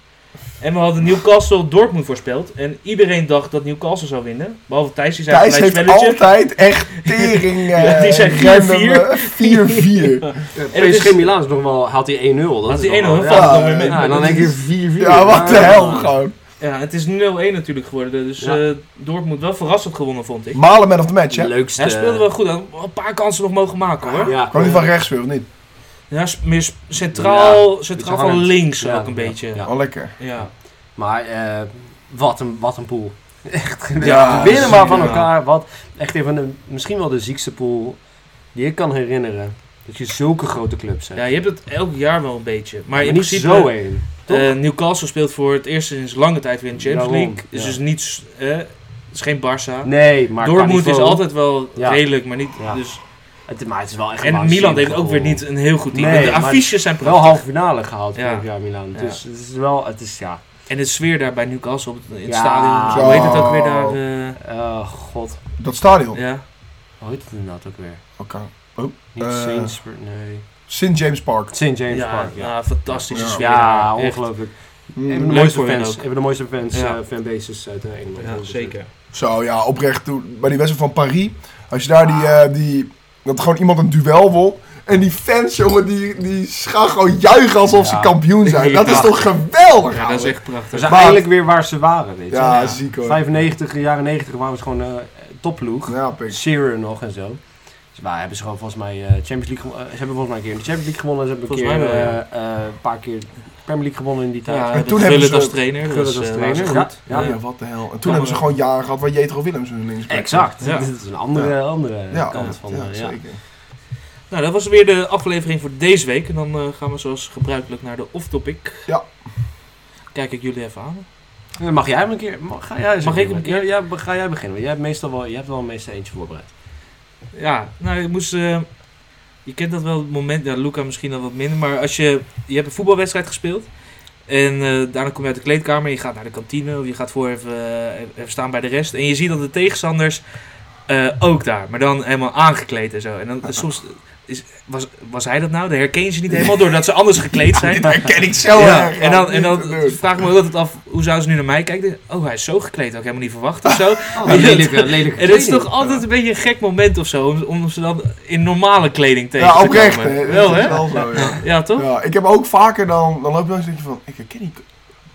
Speaker 1: En we hadden Newcastle Dortmund voorspeld. En iedereen dacht dat Newcastle zou winnen. Behalve Thijs, die zei
Speaker 3: Thijs
Speaker 1: gelijk
Speaker 3: heeft
Speaker 1: spelletje.
Speaker 3: altijd echt tering. eh,
Speaker 1: Ja, die zijn
Speaker 3: random,
Speaker 1: 4-4.
Speaker 3: eh, 4-4.
Speaker 1: En het
Speaker 2: PSG
Speaker 1: is-
Speaker 2: Milan is nog wel, haalt hij 1-0. dat
Speaker 1: Had
Speaker 2: is
Speaker 1: hij 1-0,
Speaker 2: nog wel-
Speaker 1: valt het
Speaker 2: ja.
Speaker 1: dan weer mee.
Speaker 2: Ja, en dan
Speaker 1: Maar
Speaker 2: denk
Speaker 1: dit
Speaker 2: je
Speaker 1: is-
Speaker 2: 4-4.
Speaker 3: Ja, wat de hel
Speaker 2: Ja.
Speaker 3: gewoon.
Speaker 1: Ja, het is 0-1 natuurlijk geworden. Dus
Speaker 2: Ja.
Speaker 1: eh Dortmund wel verrassend gewonnen, vond ik.
Speaker 3: Malen man of the match, hè?
Speaker 2: De leukste.
Speaker 1: Hij speelde wel goed. Hij had wel een paar kansen nog mogen maken, hoor.
Speaker 2: eh, Ja,
Speaker 3: Kwam hij van rechts weer of niet?
Speaker 1: Ja, s- meer s- centraal, centraal van
Speaker 2: hangend.
Speaker 1: links
Speaker 2: Ja,
Speaker 1: ook een
Speaker 2: ja,
Speaker 1: beetje.
Speaker 2: ja.
Speaker 1: Ja.
Speaker 3: Oh, lekker.
Speaker 1: Ja.
Speaker 2: Maar eh, wat, een, wat een pool. Echt.
Speaker 3: Ja,
Speaker 2: we winnen maar van
Speaker 1: ja.
Speaker 2: elkaar. Wat, echt een van de, misschien wel de ziekste pool die ik kan herinneren. Dat je zulke grote clubs hebt.
Speaker 1: je hebt het elk jaar wel een beetje. Maar,
Speaker 2: Maar
Speaker 1: in
Speaker 2: niet
Speaker 1: principe,
Speaker 2: zo één. toch?
Speaker 1: eh, Newcastle speelt voor het eerst sinds lange tijd weer in de Champions
Speaker 2: Daarom,
Speaker 1: League. Is
Speaker 2: ja.
Speaker 1: dus niet, s- eh, het is geen Barça.
Speaker 2: Nee, maar qua
Speaker 1: Dortmund is
Speaker 2: niveau-
Speaker 1: altijd wel
Speaker 2: Ja.
Speaker 1: redelijk, maar niet...
Speaker 2: Ja.
Speaker 1: Dus,
Speaker 2: Het, maar het is wel echt
Speaker 1: en
Speaker 2: een
Speaker 1: Milan heeft ook
Speaker 2: waanzinnige
Speaker 1: weer
Speaker 2: pool.
Speaker 1: niet een heel goed team.
Speaker 2: Nee,
Speaker 1: de
Speaker 2: maar-
Speaker 1: affiches zijn
Speaker 2: Wel
Speaker 1: prachtig.
Speaker 2: halve finale gehaald
Speaker 1: Ja.
Speaker 2: vorig jaar Milan.
Speaker 1: Ja.
Speaker 2: Dus het is wel, het is ja.
Speaker 1: En de sfeer daar bij Newcastle op het, in het
Speaker 2: Ja.
Speaker 1: stadion. Hoe heet het ook weer daar? eh,
Speaker 2: Oh god.
Speaker 3: Dat stadion.
Speaker 1: ja.
Speaker 2: Hoe heet het inderdaad ook weer?
Speaker 3: Oké.
Speaker 2: Niet
Speaker 3: Eh.
Speaker 2: Sainsbury, nee.
Speaker 3: St. James Park.
Speaker 2: St. James
Speaker 1: ja,
Speaker 2: Park, ja.
Speaker 1: ja, fantastische
Speaker 3: Ja.
Speaker 1: sfeer.
Speaker 2: Ja,
Speaker 1: daar, echt.
Speaker 2: ongelooflijk. Een
Speaker 3: Mm.
Speaker 2: van de
Speaker 1: Leuk
Speaker 2: mooiste
Speaker 1: voor hen
Speaker 2: fans,
Speaker 1: ook.
Speaker 2: een van de mooiste fans,
Speaker 1: Ja.
Speaker 2: eh, fanbases uit eh, Engeland.
Speaker 1: Ja, zeker.
Speaker 3: Zo ja, oprecht toen bij die wedstrijd van Paris. Als je daar die, eh, die dat gewoon iemand een duel won. En die fans, jongen, die, die gaan gewoon juichen
Speaker 2: Ja.
Speaker 3: alsof ze kampioen zijn. Dat is
Speaker 1: Ja.
Speaker 3: toch geweldig?
Speaker 1: Ja, dat is
Speaker 3: ouwe?
Speaker 1: echt
Speaker 2: We
Speaker 1: prachtig.
Speaker 2: zijn
Speaker 3: Maar-
Speaker 2: eigenlijk weer waar ze waren, weet je.
Speaker 3: Ja, ziek hoor.
Speaker 2: 95, jaren 90 waren ze gewoon eh topploeg.
Speaker 3: Ja, pik.
Speaker 2: Shearer nog en zo. Dus wij hebben ze gewoon volgens mij eh, Champions League gewo- eh, Ze hebben volgens mij een keer in de Champions League gewonnen. Ze hebben een
Speaker 1: Volgens
Speaker 2: keer,
Speaker 1: mij wel,
Speaker 2: eh, eh, een paar keer Premier League gewonnen in die tijd.
Speaker 1: Ja,
Speaker 3: En
Speaker 1: en
Speaker 3: toen
Speaker 1: toen
Speaker 3: hebben ze-
Speaker 1: als trainer.
Speaker 2: Gullit
Speaker 1: dus,
Speaker 2: als
Speaker 1: eh,
Speaker 2: trainer,
Speaker 1: waren ze goed.
Speaker 2: ja.
Speaker 3: Ja,
Speaker 1: Ja.
Speaker 3: wat de hel. En toen
Speaker 1: Kan
Speaker 3: hebben ze
Speaker 1: wel.
Speaker 3: gewoon jaren gehad waar Jetro Willems hun linksback
Speaker 2: Exact.
Speaker 1: Ja.
Speaker 2: Dit is een andere, andere
Speaker 3: was. Ja,
Speaker 2: kant
Speaker 3: ja,
Speaker 2: van.
Speaker 3: ja,
Speaker 2: eh, ja.
Speaker 3: zeker.
Speaker 1: Nou, dat was weer de aflevering voor deze week. En dan eh, gaan we zoals gebruikelijk naar de off-topic.
Speaker 3: Ja.
Speaker 1: Kijk ik jullie even aan.
Speaker 2: Dan Mag jij hem een keer? Mag, ga jij eens
Speaker 1: Mag
Speaker 2: een
Speaker 1: ik hem
Speaker 2: keer? Ja, ja, ga jij beginnen. Want jij hebt meestal wel, jij hebt wel meestal eentje voorbereid.
Speaker 1: Ja, nou, ik moest... eh, je kent dat wel, het moment... Ja, Luca misschien al wat minder. Maar als je... Je hebt een voetbalwedstrijd gespeeld. En eh, daarna kom je uit de kleedkamer. Je gaat naar de kantine. Of je gaat voor even, eh, even staan bij de rest. En je ziet dat de tegenstanders eh, ook daar. Maar dan helemaal aangekleed en zo. En dan eh, soms... Is, was, was hij dat nou? Dan herken je ze niet helemaal doordat ze anders gekleed zijn.
Speaker 3: Dit herken ik zelf
Speaker 1: ja,
Speaker 3: erg,
Speaker 1: en
Speaker 3: Oh, ja.
Speaker 1: dan, en dan
Speaker 3: Niet te doen.
Speaker 1: vraag ik me ook altijd af, hoe zouden ze nu naar mij kijken? Oh, hij is zo gekleed, had ik helemaal niet verwacht of
Speaker 3: Ah,
Speaker 1: zo.
Speaker 2: Oh, lelijke, lelijke
Speaker 1: En dat is
Speaker 2: kleding.
Speaker 1: toch altijd een beetje een gek moment of zo, om, om ze dan in normale kleding tegen
Speaker 3: Ja,
Speaker 1: te
Speaker 3: oprecht.
Speaker 1: komen.
Speaker 3: hè.
Speaker 1: Wel,
Speaker 3: Dat is
Speaker 1: hè?
Speaker 3: zo, ja.
Speaker 1: Ja, toch?
Speaker 3: Ja, ik heb ook vaker dan, dan loop je langs en denk je van, ik herken die...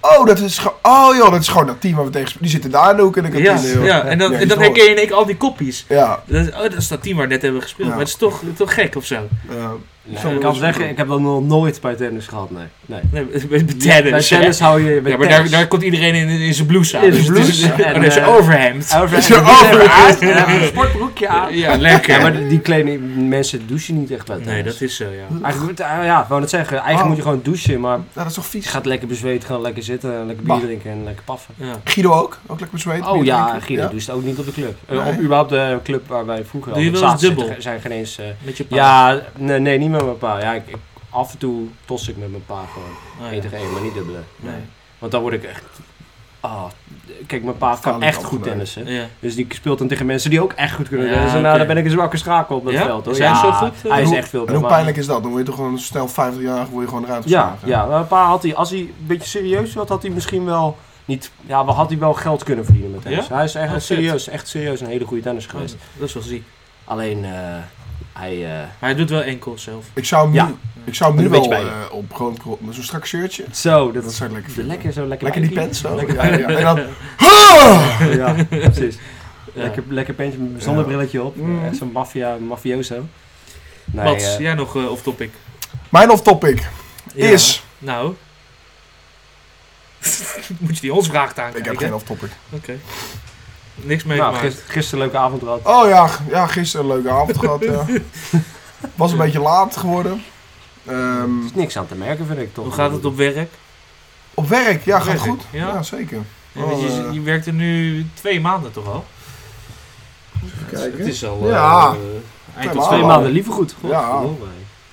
Speaker 3: Oh, dat is, gewoon- oh joh, dat is gewoon dat team waar we tegen spelen. Die zitten daar in de hoek in de
Speaker 1: Ja,
Speaker 3: kantine, joh.
Speaker 1: ja, en dan,
Speaker 3: Ja,
Speaker 1: en dan
Speaker 3: zo.
Speaker 1: herken je in één keer al die kopjes.
Speaker 3: Ja,
Speaker 1: Dat is, oh, dat is dat team waar we net hebben gespeeld.
Speaker 3: Ja.
Speaker 1: Maar het is toch, toch gek of zo.
Speaker 3: ja.
Speaker 2: Nee,
Speaker 3: Sommige
Speaker 2: ik kan
Speaker 3: mensen-
Speaker 2: zeggen, ik heb dat nog nooit bij tennis gehad, nee. nee.
Speaker 1: Nee, bij
Speaker 2: bij
Speaker 1: tennis, hè?
Speaker 2: tennis hou je... Bij
Speaker 1: Ja, maar daar,
Speaker 2: tennis-
Speaker 1: daar komt iedereen in, in zijn blouse aan.
Speaker 2: In
Speaker 1: Dus
Speaker 2: zijn
Speaker 1: het is-
Speaker 2: blouse.
Speaker 1: Oh,
Speaker 2: En,
Speaker 1: dat is een
Speaker 2: eh,
Speaker 1: overhemd.
Speaker 2: Over-
Speaker 3: Zo
Speaker 2: en dan
Speaker 3: over-
Speaker 2: even uit, en dan een sportbroekje aan.
Speaker 1: Ja, lekker.
Speaker 2: Ja, maar die- die kleding, mensen douchen niet echt bij tennis.
Speaker 1: Nee, dat is zo, ja.
Speaker 2: Eigenlijk, moet- ah, ja, ik wou net zeggen, eigenlijk
Speaker 3: Oh.
Speaker 2: moet je gewoon douchen, maar
Speaker 3: Nou, dat is toch
Speaker 2: je
Speaker 3: vies.
Speaker 2: gaat lekker bezweet, gewoon lekker zitten, en lekker bier
Speaker 3: Maar-
Speaker 2: drinken en lekker paffen.
Speaker 1: ja.
Speaker 3: Guido ook, ook lekker bezweet.
Speaker 2: Oh
Speaker 3: bier
Speaker 2: ja,
Speaker 3: drinken.
Speaker 2: Guido
Speaker 3: Ja.
Speaker 2: doucht ook niet op de club. Eh,
Speaker 3: Nee.
Speaker 2: Op überhaupt de club waar wij vroeger
Speaker 1: Doe je
Speaker 2: altijd
Speaker 1: wel eens
Speaker 2: zaten,
Speaker 1: dubbel? Oh.
Speaker 2: zitten- zijn geen eens... eh,
Speaker 1: Met je pa.
Speaker 2: ja, nee, nee, niet met mijn pa. Ja, ik, ik- af en toe tos ik met mijn pa gewoon.
Speaker 1: Oh,
Speaker 2: Eén
Speaker 1: ja.
Speaker 2: tegen één, maar niet dubbelen. Nee.
Speaker 1: Nee.
Speaker 2: Want dan word ik echt... Ah, kijk, mijn pa
Speaker 3: Staande
Speaker 2: kan echt
Speaker 3: kant
Speaker 2: goed
Speaker 3: gelijk.
Speaker 2: tennissen.
Speaker 1: Ja.
Speaker 2: Dus die speelt dan tegen mensen die ook echt goed kunnen
Speaker 1: Ja,
Speaker 2: tennissen. En nou,
Speaker 1: oké.
Speaker 2: dan ben ik een zwakke schakel op dat
Speaker 1: Ja?
Speaker 2: veld. Hoor.
Speaker 1: Is hij
Speaker 2: ja,
Speaker 1: zo goed? eh?
Speaker 2: Hij is
Speaker 3: En hoe-
Speaker 2: echt veel
Speaker 3: En hoe
Speaker 2: beter.
Speaker 3: pijnlijk is dat? Dan word je toch gewoon snel 50 jaar word je gewoon eruit
Speaker 2: Ja,
Speaker 3: geslagen.
Speaker 2: ja. maar een paar had hij, als hij een beetje serieus was, had hij misschien wel niet. Ja, wel had hij wel geld kunnen verdienen met tennis.
Speaker 1: Ja?
Speaker 2: Hij is echt,
Speaker 1: Oh,
Speaker 2: echt
Speaker 1: vet.
Speaker 2: serieus, echt serieus een hele goede tennis
Speaker 1: Oh,
Speaker 2: geweest.
Speaker 1: Dat is wel ziek.
Speaker 2: Alleen, eh, hij. eh,
Speaker 1: Maar hij doet wel enkel zelf.
Speaker 3: Ik zou hem
Speaker 2: Ja.
Speaker 3: nu, ik zou hem
Speaker 2: Met
Speaker 3: nu
Speaker 2: een
Speaker 3: wel
Speaker 2: beetje
Speaker 3: eh, op gewoon op- met zo'n strak shirtje.
Speaker 2: zo, dat
Speaker 3: Dat
Speaker 2: is
Speaker 3: zou ik lekker vinden.
Speaker 2: lekker zo lekker.
Speaker 3: Lekker die
Speaker 2: pen.
Speaker 3: pens zo. Ja, ja. En dan...
Speaker 2: Ja, precies.
Speaker 1: Ja.
Speaker 2: Lekker, lekker pantje met een zonnebrilletje op.
Speaker 3: Mm.
Speaker 2: Echt zo'n maffia, mafioso. Nee,
Speaker 1: Mats,
Speaker 2: eh,
Speaker 1: jij nog eh off-topic?
Speaker 3: Mijn off-topic is...
Speaker 1: Nou. Moet je die ons vraagt aankijken?
Speaker 3: Ik heb geen off-topic.
Speaker 1: Niks mee
Speaker 2: nou,
Speaker 1: gemaakt.
Speaker 2: gisteren, gisteren een leuke avond gehad.
Speaker 3: Oh ja, g- ja gisteren een leuke avond gehad. ja. Was een beetje laat geworden. Ehm,
Speaker 2: Er is niks aan te merken, vind ik toch.
Speaker 1: Hoe gaat het op werk?
Speaker 3: op werk, ja,
Speaker 1: Op
Speaker 3: gaat
Speaker 1: werk,
Speaker 3: goed.
Speaker 1: ja?
Speaker 3: Ja, zeker.
Speaker 1: Ja, want je,
Speaker 3: Oh, eh.
Speaker 1: je werkt er nu twee maanden toch al?
Speaker 3: kijken.
Speaker 1: Het is al eh,
Speaker 3: Ja.
Speaker 1: eh, eind
Speaker 3: maanden.
Speaker 1: tot
Speaker 2: Twee
Speaker 1: twee
Speaker 3: Oh.
Speaker 2: maanden liever goed.
Speaker 3: Ja.
Speaker 2: Godverdomme.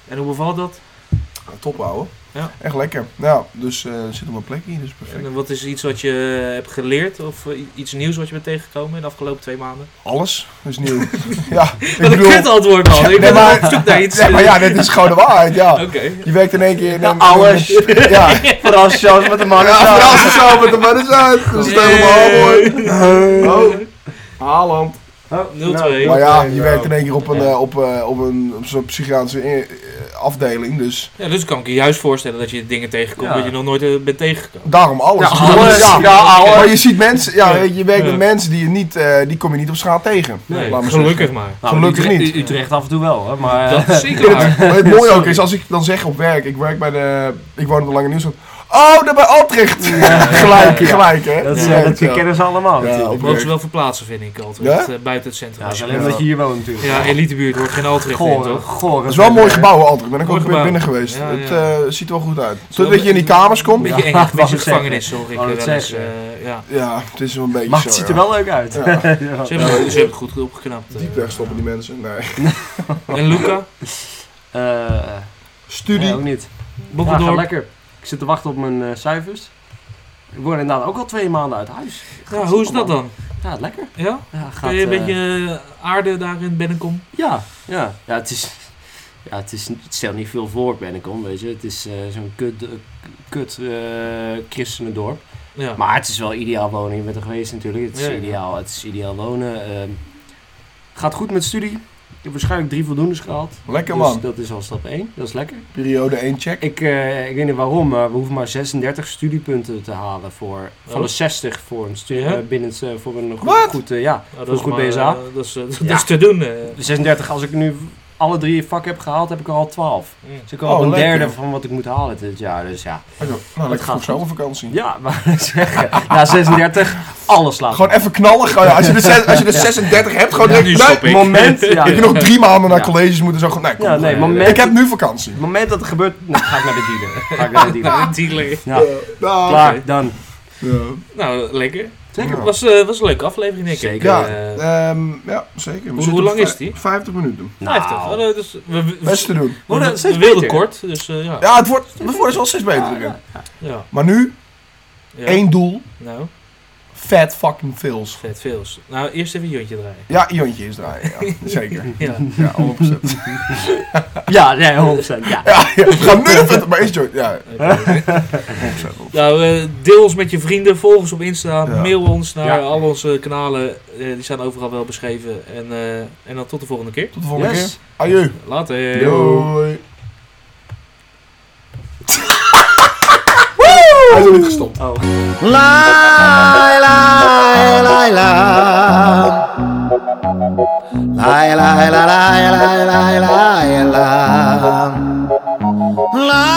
Speaker 1: En hoe bevalt dat?
Speaker 3: Ja, top ouwe.
Speaker 1: Ja.
Speaker 3: Echt lekker. Ja, dus eh zit op mijn plekje, dus
Speaker 1: En
Speaker 3: perfect.
Speaker 1: eh, wat is iets wat je eh, hebt geleerd? Of eh, iets nieuws wat je bent tegengekomen in de afgelopen twee maanden?
Speaker 3: Alles is nieuw. ja, ik
Speaker 1: Wat een kut antwoord man! ik
Speaker 3: nee,
Speaker 1: ben
Speaker 3: maar-
Speaker 1: op zoek naar iets. eh,
Speaker 3: Nee, maar ja, dit is gewoon de waarheid, ja.
Speaker 1: Oké.
Speaker 3: Je werkt in één keer... in een-
Speaker 2: alles.
Speaker 3: Ja,
Speaker 2: Vooral shows met de mannen.
Speaker 3: ja vooral ze zo met de mannen uit. Dat is het helemaal mooi. Oh, Haaland.
Speaker 2: Nou,
Speaker 1: 0-2.
Speaker 3: Maar ja, je werkt in één keer op een, eh, op, eh, op een op zo'n psychiatrische eh, afdeling, dus
Speaker 1: Ja, dus kan ik je juist voorstellen dat je dingen tegenkomt
Speaker 2: Ja.
Speaker 1: dat je nog nooit eh, bent tegengekomen.
Speaker 3: daarom alles.
Speaker 2: Ja, alles.
Speaker 3: Ja,
Speaker 2: Ja, alles.
Speaker 3: Maar je ziet mensen, ja, weet je, je werkt
Speaker 1: Ja.
Speaker 3: met mensen die je niet, eh, die kom je niet op straat tegen.
Speaker 1: Nee,
Speaker 3: Laat maar
Speaker 1: gelukkig maar.
Speaker 2: Nou,
Speaker 3: Gelukkig
Speaker 2: Utrecht,
Speaker 3: niet.
Speaker 2: U- Utrecht af en toe wel, hè, maar... eh,
Speaker 1: Dat is zeker
Speaker 3: Ja,
Speaker 1: waar.
Speaker 3: Maar het mooie ook is, als ik dan zeg op werk, ik werk bij de, ik woon op de Lange Nieuwsstad. Oh, daar bij Altrecht! gelijk,
Speaker 2: ja.
Speaker 3: gelijk, hè?
Speaker 2: dat, is,
Speaker 1: Ja,
Speaker 2: eh, dat kennen ze allemaal.
Speaker 3: Ja,
Speaker 2: natuurlijk.
Speaker 3: op-
Speaker 1: Mogen ze wel verplaatsen, vind ik altijd.
Speaker 3: Ja?
Speaker 1: eh, buiten het centrum.
Speaker 2: Ja, dat is
Speaker 1: Ja,
Speaker 2: alleen omdat je hier woont natuurlijk.
Speaker 1: elitebuurt wordt geen Altrecht in,
Speaker 2: goor,
Speaker 1: toch?
Speaker 2: goor.
Speaker 3: Dat is wel een mooi gebouw, Altrecht. Ben ik
Speaker 1: Mooi
Speaker 3: ook weer
Speaker 1: gebouw.
Speaker 3: binnen geweest.
Speaker 1: Ja,
Speaker 3: het
Speaker 1: ja.
Speaker 3: eh, ziet er wel goed uit.
Speaker 1: Zo,
Speaker 3: Totdat je in die kamers
Speaker 1: Een
Speaker 3: komt.
Speaker 1: beetje
Speaker 2: Ja,
Speaker 1: eng, een
Speaker 2: wou
Speaker 1: beetje
Speaker 2: ik zeggen.
Speaker 1: gevangenis, hoor. Ik
Speaker 2: Wou ik
Speaker 1: wel eens,
Speaker 2: zeggen.
Speaker 1: eh, ja.
Speaker 3: Ja, het is wel een beetje
Speaker 2: Maar
Speaker 3: zo,
Speaker 2: het ziet
Speaker 3: ja.
Speaker 2: er wel leuk uit.
Speaker 3: Ja.
Speaker 1: Ze hebben, ze hebben het goed opgeknapt. eh.
Speaker 3: Diep wegstoppen die mensen. Nee.
Speaker 1: En Luca,
Speaker 2: Eh,
Speaker 3: Studie.
Speaker 2: nee, ook niet. Ja, gaat
Speaker 1: Bokkeldorp.
Speaker 2: lekker. Ik zit te wachten op mijn eh, cijfers. Ik word inderdaad ook al twee maanden uit huis.
Speaker 1: Ja, hoe is dat dan?
Speaker 2: Ja, lekker.
Speaker 1: Ja?
Speaker 2: Ja, gaat,
Speaker 1: Kun je een
Speaker 2: eh,
Speaker 1: beetje eh, aarde daar in Bennekom?
Speaker 2: Ja, ja. ja, het, is, ja het, is, het stelt niet veel voor, ben ik om, weet je. Het is eh, zo'n kut, eh, kut eh, christenendorp.
Speaker 1: Ja. Nou,
Speaker 2: Maar het is wel ideaal wonen. Je bent er geweest natuurlijk. Het is
Speaker 1: Ja, ja.
Speaker 2: ideaal. Het is ideaal wonen. ehm. gaat goed met studie. Ik heb waarschijnlijk drie voldoendes gehaald.
Speaker 3: Lekker
Speaker 2: dus
Speaker 3: man.
Speaker 2: dat is al stap 1. Dat is lekker.
Speaker 3: Periode 1 check.
Speaker 2: Ik, eh, ik weet niet waarom, maar we hoeven maar 36 studiepunten te halen voor, van
Speaker 1: Oh.
Speaker 2: de 60 voor een, stu-
Speaker 1: Ja?
Speaker 2: eh, binnen, het, eh, voor een goed,
Speaker 3: Wat?
Speaker 2: goed eh, ja.
Speaker 1: Nou,
Speaker 2: Hoe goed
Speaker 1: maar,
Speaker 2: ben je ze aan?
Speaker 1: eh, dat is, eh, dat
Speaker 2: Ja.
Speaker 1: is te doen. eh.
Speaker 2: De 36 als ik nu alle drie een vak heb gehaald, heb ik er al 12.
Speaker 1: Mm.
Speaker 2: Dus ik heb al
Speaker 3: Oh,
Speaker 2: een
Speaker 3: lekker.
Speaker 2: derde van wat ik moet halen dit jaar. Dus ja,
Speaker 3: Oké, nou, lekker
Speaker 2: gaat
Speaker 3: voor zomervakantie.
Speaker 2: ja maar ik zeggen, na 36, alles slaat.
Speaker 3: Gewoon even knallen. Gewoon, ja, als, je de zes- als je de 36 hebt, gewoon
Speaker 1: Ja,
Speaker 3: denk
Speaker 1: nu
Speaker 3: nee,
Speaker 1: stop ik.
Speaker 2: moment, ja,
Speaker 3: Ik heb nog drie maanden naar
Speaker 2: Ja.
Speaker 3: colleges moeten. Zo, gewoon, nee, kom
Speaker 2: Ja,
Speaker 3: op.
Speaker 2: nee,
Speaker 1: Ik
Speaker 2: moment,
Speaker 3: ik heb nu vakantie.
Speaker 2: moment dat het gebeurt, nou, ga ik naar de dealer. Ga ik naar de dealer.
Speaker 1: Dealer.
Speaker 2: Ja,
Speaker 3: Nou,
Speaker 2: klaar, dan.
Speaker 3: ja.
Speaker 1: Nou, lekker.
Speaker 3: Zeker.
Speaker 1: was, eh, was een leuke aflevering, denk ik.
Speaker 2: Zeker.
Speaker 1: Eh,
Speaker 3: Ja,
Speaker 2: Nou.
Speaker 3: Ehm, ja, zeker. We
Speaker 1: hoe
Speaker 3: zitten op
Speaker 1: lang
Speaker 3: vij-
Speaker 1: is die?
Speaker 3: 50 minuten.
Speaker 1: 50. Oh, nou, dus we, we,
Speaker 3: Best te doen.
Speaker 1: we,
Speaker 2: Wordt het
Speaker 1: we
Speaker 2: steeds
Speaker 1: wilden
Speaker 2: beter?
Speaker 1: kort, dus eh, ja.
Speaker 3: Ja, het wordt, we worden wel steeds beter erin.
Speaker 1: Ja.
Speaker 3: Maar nu,
Speaker 1: ja.
Speaker 3: één doel.
Speaker 1: Nou,
Speaker 3: Fat fucking fills.
Speaker 1: vet veels. Nou, eerst even een jontje draaien.
Speaker 3: Ja, Jontje is draaien. Ja, zeker.
Speaker 1: Ja.
Speaker 3: Ja, 100%.
Speaker 2: Ja, nee, 100%. Ja.
Speaker 3: Ja, ja, we gaan nu een vette... Maar is Jontje... Ja,
Speaker 1: Oké.
Speaker 3: 100%.
Speaker 1: nou, eh, deel ons met je vrienden, volg ons op Insta,
Speaker 3: Ja.
Speaker 1: mail ons naar
Speaker 2: Ja.
Speaker 1: al onze kanalen. eh, die staan overal wel beschreven. En, eh, en dan tot de volgende keer.
Speaker 3: Tot de volgende
Speaker 2: Yes.
Speaker 3: keer. Adieu.
Speaker 1: Later.
Speaker 3: Doei. Hij is nog niet gestopt.
Speaker 2: Oh.
Speaker 4: Lai, lai, lai, la. Lai, lai, la, lai, lai, lai, la. Lai,